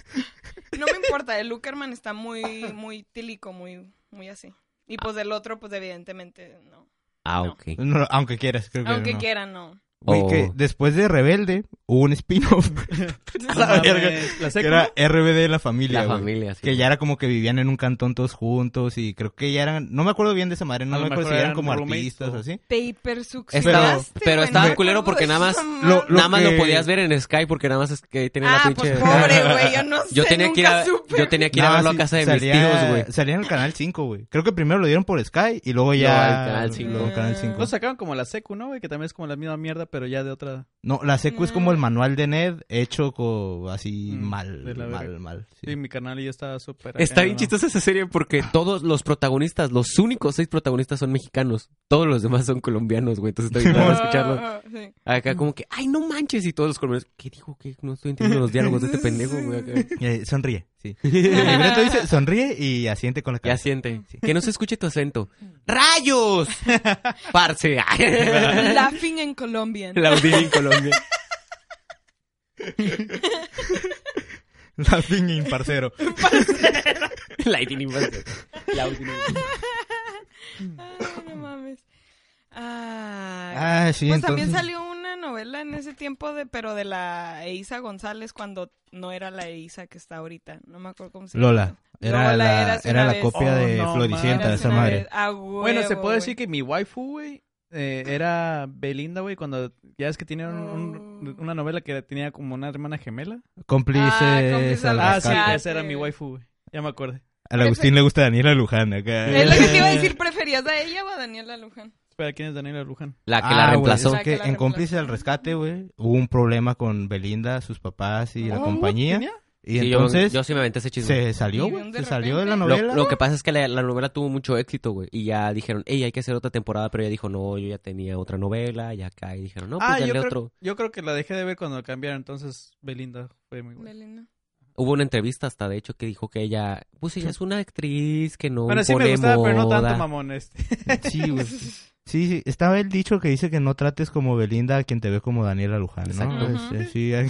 S1: no me importa, el Uckerman está muy, muy tílico, muy, muy así. Y pues del otro, pues evidentemente no.
S2: Ah,
S1: No.
S2: ok.
S3: No, aunque quieras, creo que
S1: Aunque
S3: no.
S1: quiera, no.
S3: Güey,
S2: Oh.
S3: que después de Rebelde hubo un spin-off
S4: No mames,
S3: verga.
S4: La
S3: que
S4: secu-
S3: era RBD La Familia.
S2: La
S3: güey.
S2: familia, sí.
S3: Que ya era como que vivían en un cantón todos juntos y creo que ya eran, no me acuerdo bien de esa madre, no
S4: A
S3: me
S4: lo
S3: acuerdo si
S4: mejor
S3: eran
S4: eran
S3: como
S4: roommates
S3: artistas
S4: o-
S3: o así.
S1: Te
S2: Estaba-
S1: hipersupcionaste.
S2: pero
S1: güey,
S2: estaba
S1: no me
S2: culero
S1: acuerdo
S2: porque
S1: de
S2: nada más-
S1: esa
S3: lo-
S1: madre.
S3: lo-
S2: Nada más lo
S3: que-
S2: podías ver en Sky porque nada más es que tenía la
S1: Ah,
S2: pinche.
S1: pues pobre, güey, yo no sé.
S2: yo tenía que ir
S1: nunca
S2: a,
S1: supe.
S2: yo tenía que ir a
S3: No,
S2: verlo
S3: sí,
S2: a casa de mis
S3: salía-
S2: tíos, güey.
S3: Salía en el Canal 5, güey. Creo que primero lo dieron por Sky y luego
S2: No,
S3: ya...
S2: al Canal 5.
S3: luego Canal 5.
S4: Lo sacaban como la secu, ¿no, güey? Que también es como la misma mierda, pero ya de otra...
S3: No, la secu es como el manual de Ned hecho co- así
S4: Mm,
S3: mal,
S4: de la
S3: mal,
S4: verga.
S3: mal. sí.
S4: Sí, mi canal ya estaba súper...
S2: Está
S4: acá,
S2: bien
S4: ¿no?
S2: chistosa esa serie porque todos los protagonistas, los únicos seis protagonistas son mexicanos. Todos los demás son colombianos, güey. Entonces está bien raro
S1: Ah,
S2: escucharlo.
S1: ah, sí.
S2: Acá como que, ay, no manches. Y todos los colombianos, ¿qué dijo? ¿Qué? No estoy entendiendo los diálogos de este pendejo, güey. acá.
S3: Eh, sonríe, sí. El libreto dice sonríe y asiente con la
S2: Ya
S3: cabeza.
S2: siente. Que no se escuche tu acento. ¡Rayos! Parce.
S1: Laughing en Colombian.
S2: Laudín en Colombia.
S3: La pingin, parcero.
S1: pues
S2: Laudín en Colombia. Laudín en Colombia.
S1: Ay, Ah, no mames. Ay.
S3: Ah, sí,
S1: pues
S3: entonces.
S1: también salió una novela en ese tiempo, de, pero de la Eiza González cuando no era la Eiza que está ahorita. No me acuerdo cómo se llama.
S3: Lola. Era
S1: Lola,
S3: la,
S1: érase
S3: era
S1: una
S3: la
S1: vez.
S3: copia
S4: Oh,
S3: de
S4: no,
S3: Floricienta,
S4: madre.
S3: esa
S4: Érase una
S3: madre.
S1: vez. A
S4: Bueno, se
S1: huevo,
S4: puede decir
S1: güey.
S4: que mi waifu, güey, eh, era Belinda, güey, cuando ya es que tenía un- un- una novela que tenía como una hermana gemela.
S3: Cómplices
S1: Ah, cómplices
S3: a
S1: a
S3: la
S1: las
S4: Ah, sí,
S1: cartas.
S4: esa era mi waifu, güey. Ya me acuerdo.
S3: Al Agustín le gusta Daniela Luján. Acá.
S1: Es lo que te iba a decir, ¿preferías a ella o a Daniela Luján?
S4: Espera, ¿quién es Daniela Luján?
S2: La que
S3: Ah,
S2: la
S3: güey,
S2: reemplazó.
S3: es
S1: La
S3: que
S1: que la
S3: en Cómplices al Rescate, güey, hubo un problema con Belinda, sus papás y la
S4: Oh,
S3: compañía.
S4: ¿tenía?
S3: Y
S2: Sí, yo-
S3: entonces
S2: Yo, sí me aventé ese chisme.
S3: se salió,
S1: Y
S3: güey.
S1: de
S3: Se salió de la
S1: repente-
S2: Lo,
S3: novela.
S2: lo que pasa es que la, la novela tuvo mucho éxito, güey. Y ya dijeron, hey, hay que hacer otra temporada. Pero ella dijo, no, yo ya tenía otra novela, ya acá. Y dijeron, no, pues
S4: ah,
S2: dale
S4: yo creo,
S2: otro.
S4: yo creo que la dejé de ver cuando cambiaron, entonces Belinda fue muy buena.
S1: Belinda.
S2: Hubo una entrevista hasta, de hecho, que dijo que ella, pues ella es una actriz que no
S4: Bueno, sí me
S2: impone
S4: gustaba, pero no
S2: moda.
S4: tanto mamón este.
S3: Sí, güey. Sí, sí, estaba el dicho que dice que no trates como Belinda a quien te ve como Daniela Luján, ¿no?
S2: Exacto.
S3: Pues,
S1: Ujú.
S3: eh, sí, hay-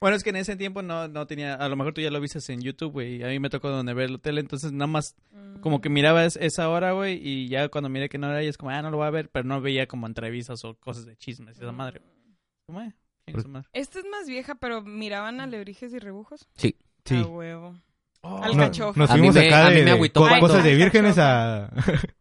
S4: Bueno, es que en ese tiempo no, no tenía, a lo mejor tú ya lo viste en YouTube, güey, y a mí me tocó donde ver la tele, entonces nada más
S1: Mm.
S4: como que miraba es- esa hora, güey, y ya cuando miré que no era, y es como, ah, no lo voy a ver, pero no veía como entrevistas o cosas de chismes, esa madre, güey. Como, eh, chingue su madre.
S1: Esta es más vieja, pero miraban alebrijes y rebujos.
S3: sí.
S1: A huevo. Ah, Al
S3: No,
S1: cachofa.
S3: nos
S2: A mí
S3: fuimos
S2: me-
S3: acá
S2: a mí
S3: de,
S2: me
S3: de
S2: agüitó
S3: co-
S1: cuando-
S3: cosas de vírgenes a...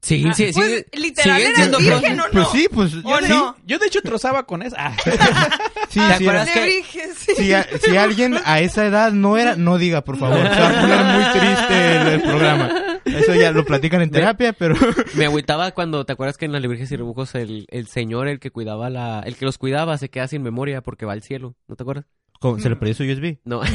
S2: Sí,
S4: Ah,
S2: sí, sí.
S1: Pues, literal,
S2: siguen
S1: era
S2: siendo
S1: virgen,
S2: cosas-
S1: ¿o no?
S3: Pues sí, pues...
S1: ¿O
S3: sí,
S1: no?
S4: Yo de hecho trozaba con esa.
S3: sí,
S4: Ah.
S2: ¿Te
S3: sí, era-
S2: acuerdas?
S1: Alebrijes.
S3: Si, a- si alguien a esa edad no era, no diga, por favor. Se va a poner muy triste el, el programa. Eso ya lo platican en terapia, pero...
S2: Me agüitaba cuando, ¿te acuerdas que en las Librijes y Rebujos el, el señor, el que cuidaba la, el que los cuidaba, se queda sin memoria porque va al cielo? ¿No te acuerdas?
S3: ¿Cómo? ¿Se le perdió su USB?
S2: No.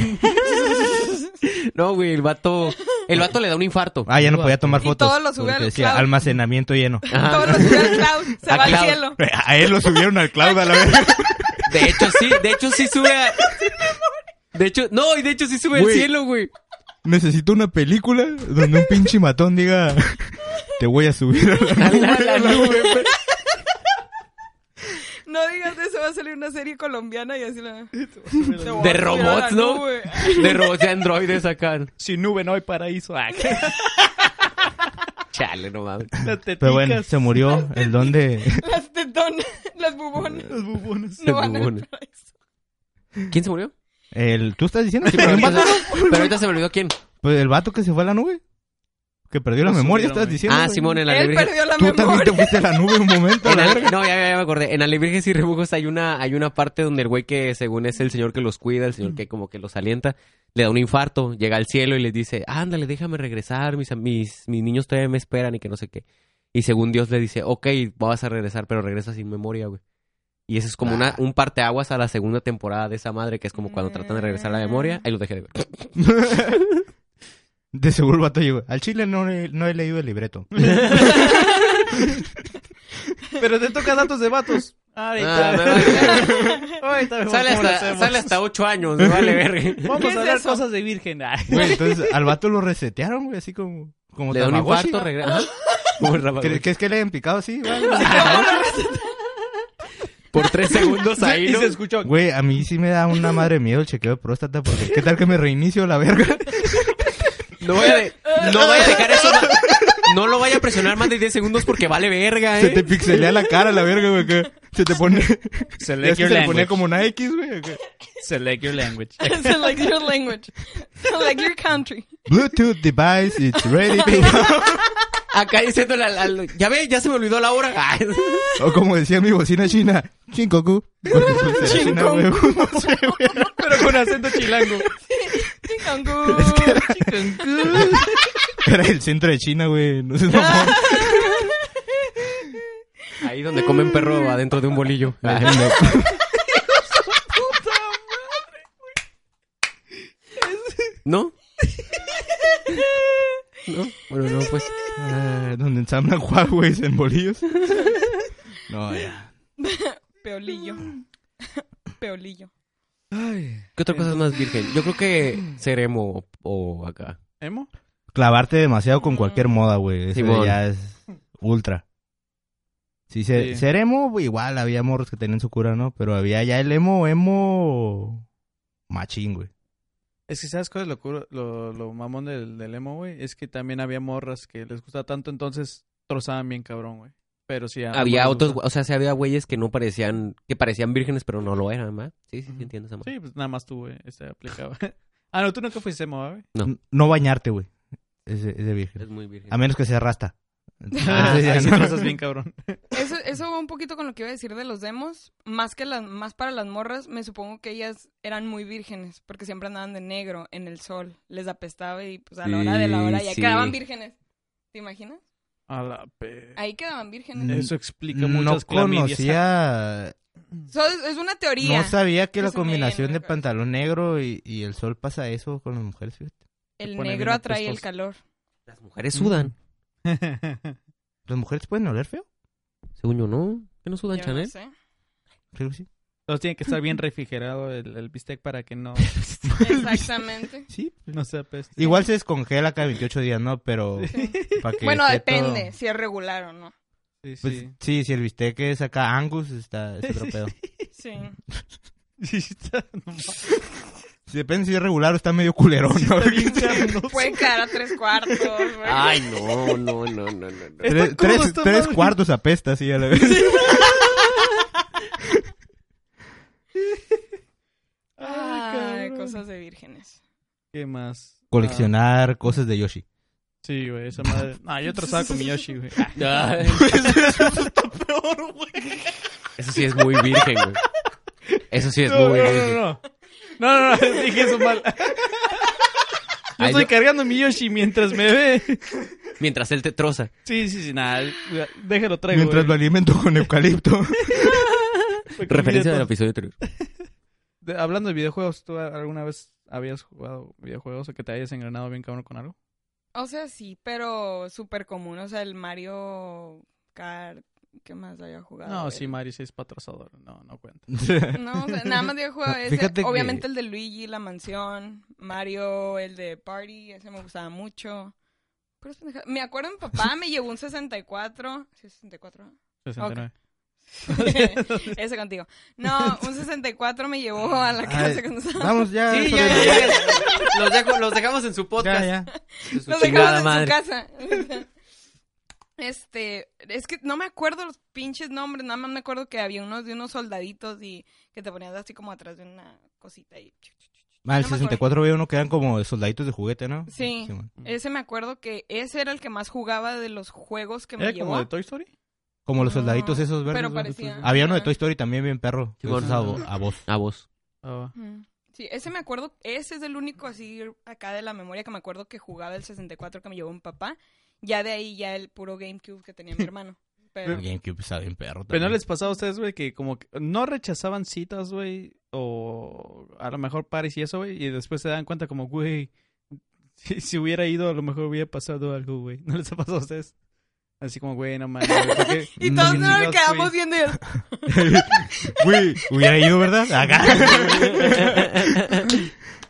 S2: no, güey, el vato, el vato le da un infarto.
S3: Ah, ya no podía tomar
S1: Y
S3: fotos.
S1: todo lo sube
S3: porque
S1: al
S3: decía,
S1: cloud.
S3: almacenamiento lleno.
S4: Ah.
S2: Ajá.
S1: Todos los días Cloud se
S2: A
S1: va
S2: Cloud.
S1: al cielo.
S3: A él lo subieron al cloud a la vez.
S2: De hecho, sí, de hecho sí sube a... De hecho, no, y de hecho sí sube al
S3: Güey.
S2: cielo, güey.
S3: Necesito una película donde un pinche matón diga, te voy a subir a la
S2: A la- a la nube, güey.
S1: No digas eso, va a salir una serie colombiana y así la...
S2: De robots, ¿no? De robots de androides acá.
S4: Sin nube no hay paraíso. Ah, qué
S2: Chale, no mames.
S4: las teticas.
S3: Pero bueno, se murió el don de...
S1: Las tetonas, las bubonas.
S4: Los bubones.
S1: No van al
S2: bubones.
S1: paraíso.
S2: ¿Quién se murió?
S3: El, ¿Tú estás diciendo?
S2: pero, ahorita se, pero ahorita se me olvidó quién.
S3: Pues el vato que se fue a la nube. Que perdió la
S4: Lo
S3: memoria,
S4: subieron,
S3: estás
S4: güey.
S3: diciendo.
S2: Ah,
S3: güey.
S2: Simón en la
S1: Él
S2: Librije-
S1: perdió la
S3: Tú también te
S1: memoria.
S3: fuiste a la nube un momento, a
S2: En
S3: la
S2: Ale-
S3: verga.
S2: no, ya, ya, ya me acordé. En Alebrijes y Rebujos hay una, hay una parte donde el güey que según es el señor que los cuida, el señor que como que los alienta, le da un infarto, llega al cielo y les dice, ándale, déjame regresar, mis, am- mis, mis niños todavía me esperan y que no sé qué. Y según Dios le dice, ok, vas a regresar, pero regresa sin memoria, güey. Y eso es como una, un parteaguas a la segunda temporada de esa madre, que es como cuando tratan de regresar la memoria. Ahí lo dejé de ver.
S3: De seguro el vato llegó. Al chile no, he- no he leído el libreto.
S4: Pero te toca datos de vatos.
S2: Ah,
S4: Ahorita.
S2: me vale.
S4: Ahorita vemos
S2: sale,
S4: cómo lo
S2: hasta,
S4: hacemos.
S2: sale hasta ocho años, me vale verga.
S4: Vamos
S1: ¿Qué es
S4: a hablar
S1: eso?
S4: cosas de virgen. Ah.
S3: Güey, entonces al vato lo resetearon, güey, así como. como
S2: Le da un
S3: Tamagotchi.
S2: infarto, regresa. Ajá. Como el Tamagotchi.
S3: ¿Crees que es que le hayan picado así? güey?
S2: Por tres segundos ahí,
S4: y
S2: ¿no?
S4: se escuchó.
S3: Güey, a mí sí me da una madre miedo el chequeo de próstata porque ¿qué tal que me reinicio la verga?
S2: No voy a, de- no voy a dejar eso. ma- No lo vaya a presionar más de 10 segundos porque vale verga,
S3: Se te
S2: eh.
S3: pixelea la cara la verga, güey. que Se te pone. Ya es
S4: Select
S3: que
S4: your
S3: se le ponía
S4: language.
S3: como una X, güey. que-
S4: Select your language.
S1: Select your language. Select your country.
S3: Bluetooth device, it's ready to
S2: Acá diciéndole al, al- Ya ve, ya se me olvidó la hora. Ay,
S3: O como decía mi bocina china, chinkoku. Porque, pues, era china, güey. No sé, güey.
S4: Pero con acento chilango.
S1: Chingongu.
S3: Era el centro de China, güey. No sé, mamón.
S2: Ahí donde comen perro adentro de un bolillo. Ay, ¿No? ¿No? Bueno, no, pues.
S3: Ah, donde ensamblan Huawei en bolillos. No, ya.
S1: Peolillo. Peolillo.
S2: ¿Qué otra cosa es más virgen? Yo creo que ser emo o acá.
S4: ¿Emo?
S3: Clavarte demasiado con cualquier moda, güey. Eso
S2: Simón.
S3: ya es ultra. Sí, se,
S4: Sí.
S3: ser emo, güey, igual había morros que tenían su cura, ¿no? Pero había ya el emo, emo... Machín, güey.
S4: Es que, ¿sabes cuál es lo, curo- lo, lo mamón del, del emo, güey? Es que también había morras que les gustaba tanto, entonces trozaban bien cabrón, güey. Pero sí. a-
S2: Había
S4: algunos
S2: otros,
S4: gustaban.
S2: o sea, sí había güeyes que no parecían, que parecían vírgenes, pero no lo eran, ¿verdad? Sí, sí, sí,
S4: Ujú.
S2: entiendo esa madre.
S4: Sí, pues nada más tú, güey. Este aplicaba. ah, no, tú nunca fuiste emo, ¿va, güey.
S2: No.
S3: N- No bañarte, güey. Es de, es de virgen.
S2: Es muy virgen.
S3: A menos que sea rasta.
S4: Ah,
S3: Entonces,
S4: ahí sí
S3: ya no.
S4: trozas bien cabrón.
S1: Eso, eso va un poquito con lo que iba a decir de los demos. Más que las, más para las morras, me supongo que ellas eran muy vírgenes, porque siempre andaban de negro en el sol. Les apestaba y pues a la hora de la hora ya
S2: Sí, sí.
S1: quedaban vírgenes. ¿Te imaginas?
S4: A la pe...
S1: Ahí quedaban vírgenes.
S4: Eso explica
S3: no
S4: muchas clamidias.
S3: conocía
S1: So, es es una teoría.
S3: No sabía que la
S1: Más o menos,
S3: combinación de
S1: creo.
S3: pantalón negro y, y el sol pasa eso con las mujeres, fíjate.
S1: el
S4: ponen
S1: negro
S4: bien
S1: atrae el
S4: apestosos.
S1: calor.
S2: Las mujeres sudan.
S3: ¿Las mujeres pueden oler feo?
S2: Según yo, ¿no? ¿Que no sudan,
S1: Yo no
S2: Chanel?
S1: sé.
S3: Creo que sí.
S4: Entonces tiene que estar bien refrigerado el, el bistec para que no,
S1: Exactamente.
S3: Sí.
S4: no se apeste.
S3: Igual se descongela cada 28 días, ¿no? Pero... pa' que
S1: Bueno,
S3: esté todo-
S1: depende si es regular o no.
S4: Sí, sí.
S3: Pues, sí. si el bistec es acá Angus, está, es otro pedo.
S1: Sí.
S4: Sí, está- no mames,
S3: Depende si es regular o está medio culerón, ¿no?
S4: está bien carnoso.
S1: Puede quedar a tres cuartos. güey.
S3: Ah.
S2: Ay, no, no, no, no, no. no.
S3: Tres,
S4: Está crudo
S3: tres-
S4: esta
S3: tres
S4: madre.
S3: cuartos apesta, sí, a la vez.
S1: Ay,
S4: cabrón.
S1: cosas de vírgenes.
S4: ¿Qué más?
S3: Coleccionar cosas de Yoshi.
S4: Ah, sí, güey, esa madre. Ah, yo trazaba con mi Yoshi, güey. Ah.
S2: Ay. Eso sí es muy virgen, güey. Eso sí es
S4: No, no,
S2: muy
S4: no,
S2: virgen.
S4: no. No, no, no, dije eso mal. Yo
S2: Ay,
S4: estoy
S2: no.
S4: cargando mi Yoshi mientras me ve.
S2: Mientras él te troza.
S4: Sí, sí, sí, nada. Déjalo traigo.
S3: Mientras lo
S4: güey.
S3: alimento con eucalipto.
S4: Porque
S2: Referencia del
S4: mira,
S2: episodio anterior.
S4: de- Hablando de videojuegos, ¿tú alguna vez habías jugado videojuegos o que te hayas engranado bien cabrón con algo?
S1: O sea, sí, pero súper común. O sea, el Mario Kart. ¿Qué más había jugado?
S4: No,
S1: El-
S4: sí, Mario sí es patrocinador. No, no cuenta.
S1: No, o sea, nada más había jugado
S3: No,
S1: ese.
S3: fíjate que-
S1: Obviamente el de Luigi, la mansión. Mario, el de Party. Ese me gustaba mucho. Puras pendejadas. Me acuerdo, mi papá me llevó un 64. ¿Sí, 64?
S4: 69.
S1: Ese contigo. No, un 64 me llevó a la clase
S3: Ay,
S1: cuando estaba.
S3: Vamos ya. Ah,
S2: Sí, ya, ya, ya. Los, dejo- los dejamos en su podcast.
S3: Ya, ya.
S2: Su
S1: Nos
S2: chingada
S1: dejamos
S2: madre.
S1: en su casa. Este, es que no me acuerdo los pinches nombres, nada más me acuerdo que había unos de unos soldaditos y que te ponías así como atrás de una cosita y
S3: Ah, el
S1: No me acuerdo.
S3: 64 veo uno que eran como soldaditos de juguete, ¿no?
S1: Sí.
S3: man.
S2: Mm.
S1: ese me acuerdo que ese era el que más jugaba de los juegos que me
S4: ¿Era como
S1: llevó.
S4: de Toy Story?
S3: como los soldaditos
S1: No,
S3: esos verdes.
S1: pero
S3: ¿no?
S1: parecía.
S3: Había uno de Toy Story también bien perro.
S2: Sí,
S3: que
S2: bueno.
S3: es a, vo- a voz.
S2: A vos.
S4: Ah,
S1: Mm. Sí, ese me acuerdo, ese es el único así acá de la memoria que me acuerdo que jugaba el 64 que me llevó mi papá. Ya de ahí ya el puro GameCube que tenía mi hermano. Pero
S3: El GameCube está bien perro
S4: Pero
S3: también.
S4: no les pasaba a ustedes, güey, que como que no rechazaban citas, güey, o a lo mejor pares y eso, güey, y después se dan cuenta como, güey, si, si hubiera ido a lo mejor hubiera pasado algo, güey. ¿No les ha pasado a ustedes? Así como, güey, no mames. güey, ¿por qué?
S1: Y todos
S4: ¿Por qué
S1: nos
S4: chingados,
S1: quedamos
S4: güey?
S1: viendo y-
S3: Güey, hubiera ido, ¿verdad? Acá.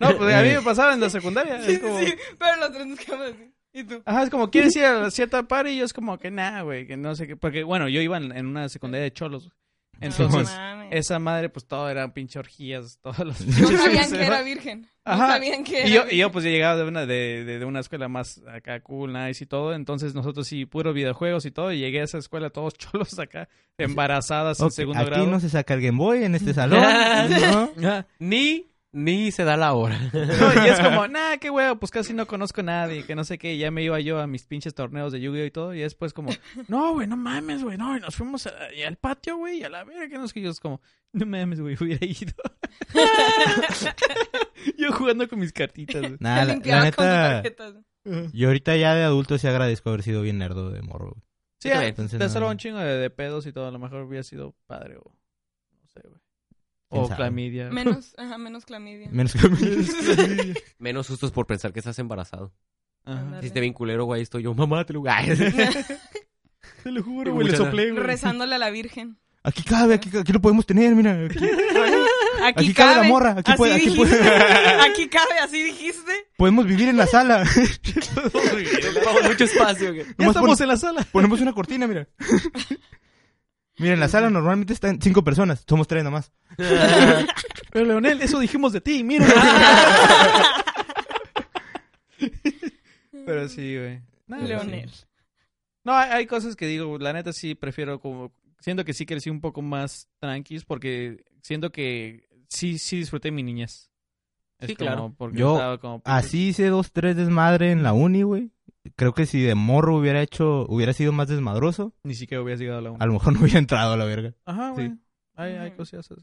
S4: No, pues a mí me pasaba en la secundaria.
S1: Sí,
S4: es como,
S1: sí, sí, pero los tres nos quedamos así. ¿Y tú?
S4: Ajá, es como, ¿quieres ir a la cierta party? Y yo es como que nada, güey, que no sé qué. Porque, bueno, yo iba en, en una secundaria de cholos, güey. Entonces,
S1: No mames.
S4: esa madre, pues todo era pinche orgías, todos los
S1: No sabían que era virgen.
S4: Ajá.
S1: No sabían que era
S4: Y yo, y
S1: virgen.
S4: yo pues yo llegaba de una, de, de- de una escuela más acá cool, nice y todo, entonces nosotros sí, puro videojuegos y todo, y llegué a esa escuela todos cholos acá, embarazadas
S3: Ok,
S4: en segundo
S3: Aquí
S4: grado.
S3: no se saca el Game Boy en este salón. ¿no?
S4: Ajá.
S2: Ni, ni se da la hora.
S4: No, y es como, nah, qué huevo, pues casi no conozco a nadie, que no sé qué, y ya me iba yo a mis pinches torneos de Yu-Gi-Oh y todo, y después como, no, güey, no mames, güey, no, y nos fuimos a- y al patio, güey, y a la verga, que no sé qué, y yo es como, no mames, güey, hubiera ido. yo jugando con mis cartitas, güey.
S1: Te
S3: Nah, la, la
S1: limpiabas con tus
S3: neta.
S1: tarjetas.
S3: Yo ahorita ya de adulto sí agradezco haber sido bien nerdo de morro. güey.
S4: Sí,
S2: Yo también.
S3: Entonces,
S4: te
S3: no,
S4: salva
S3: no.
S4: un chingo de, de pedos y todo. A lo mejor hubiera sido padre o. No sé, güey.
S3: ¿Quién
S4: O
S3: sabe?
S4: clamidia.
S1: Menos, ajá, menos clamidia.
S3: Menos que a mí.
S2: Menos sustos por pensar que estás embarazado.
S4: Ajá.
S1: Ándale.
S2: Si te ven culero, güey, estoy yo, mamá, te lo Ay,
S4: Te lo juro,
S2: güey, le soplé,
S1: Rezándole a la virgen.
S3: Aquí cabe, aquí, cabe, aquí lo podemos tener, mira. Aquí,
S1: Aquí,
S3: aquí cabe la morra, aquí,
S1: así
S3: puede- aquí
S1: dijiste.
S3: puede-
S1: Aquí cabe, así dijiste.
S3: podemos vivir en la sala.
S2: Ocupamos mucho espacio, güey.
S4: Ya
S3: Nomás
S4: estamos
S3: pon-
S4: en la sala.
S3: Ponemos una cortina, mira. Mira, en la sala normalmente están cinco personas, somos tres nomás.
S4: Pero Leonel, eso dijimos de ti, mira. Pero sí, güey. No,
S3: Pero
S1: Leonel.
S4: No, hay, hay cosas que digo, la neta sí prefiero como. Siento que sí crecí un poco más tranquis porque siento que sí, sí disfruté mi niñez.
S2: Sí,
S4: como
S2: claro.
S4: Porque
S3: Yo-
S4: estaba como. pues,
S3: Así hice dos, tres desmadre en la uni, güey. Creo que si de morro hubiera hecho, hubiera sido más desmadroso,
S4: Ni siquiera hubieras llegado a la 1.
S3: a lo mejor no hubiera entrado a la verga.
S4: Ajá,
S3: Sí.
S4: güey. Hay, hay
S1: Ujú.
S4: cosillas así.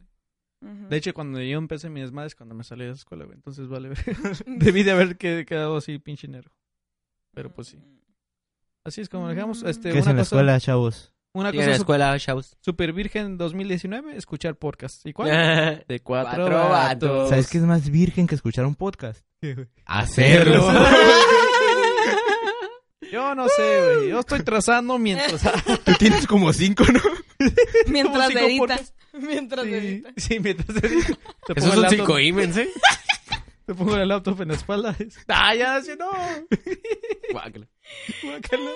S1: Ujú.
S4: De hecho, cuando yo empecé mis madres, cuando me salí de la escuela, güey. Entonces, vale, ver. Debí de haber que- quedado así, pinche negro. Pero pues sí. pues, Así es como dejamos. Este,
S3: ¿Qué es
S4: una
S3: en la
S4: cosa-
S3: escuela, chavos?
S4: Una
S2: Sí, en la
S4: cosa super,
S2: escuela, chavos.
S4: super virgen 2019, escuchar podcast. ¿Y cuál?
S2: ¿Cuál?
S4: De cuatro,
S2: Cuatro vatos.
S4: vatos.
S3: ¿Sabes qué es más virgen que escuchar un podcast?
S2: Hacerlo.
S4: Yo no sé, güey. Yo estoy trazando mientras.
S3: Tú tienes como cinco, ¿no?
S1: Mientras
S4: Como cinco
S1: edita.
S4: podcasts.
S1: Mientras
S4: sí,
S1: edita.
S4: sí, mientras. Te
S2: Eso
S4: pongo
S2: es
S4: el
S2: un
S4: laptop-
S2: cinco ímens, ¿eh?
S4: Te pongo el laptop en la espalda. Ah, ya, sí, no.
S2: Guácala.
S4: Guácala.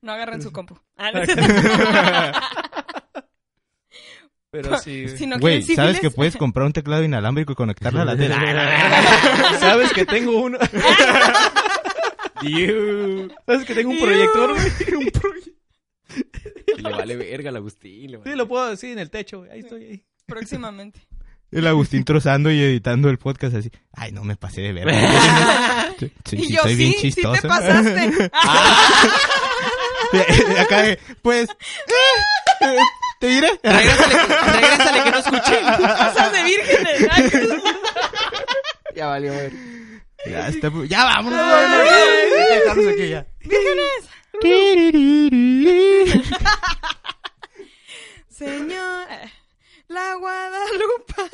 S1: No agarran su compu. Ah, no.
S4: Pero sí. güey.
S1: si no
S3: Güey,
S1: quieren
S3: ¿sabes
S1: sífilis,
S3: que puedes comprar un teclado inalámbrico y conectarlo a la tele?
S4: Sabes que tengo uno. Sabes que tengo un proyector, güey. Un proye-
S2: Le vale verga al Agustín. le vale-
S4: Sí, lo puedo decir en el techo, güey. Ahí estoy. Ahí.
S1: próximamente.
S3: El Agustín trozando y editando el podcast así. Ay, no me pasé de ver.
S1: y yo sí, sí te pasaste. Ah,
S3: Acá, de, pues. eh, ¿Te diré?
S2: Regrésale, que- regrésale que no escuché.
S1: cosas de vírgenes. Ay, qué
S2: Ya valió ver.
S3: Ya, está, ya vámonos. vámonos, ya, estamos aquí ya.
S1: Señor, la eh, Guadalupe.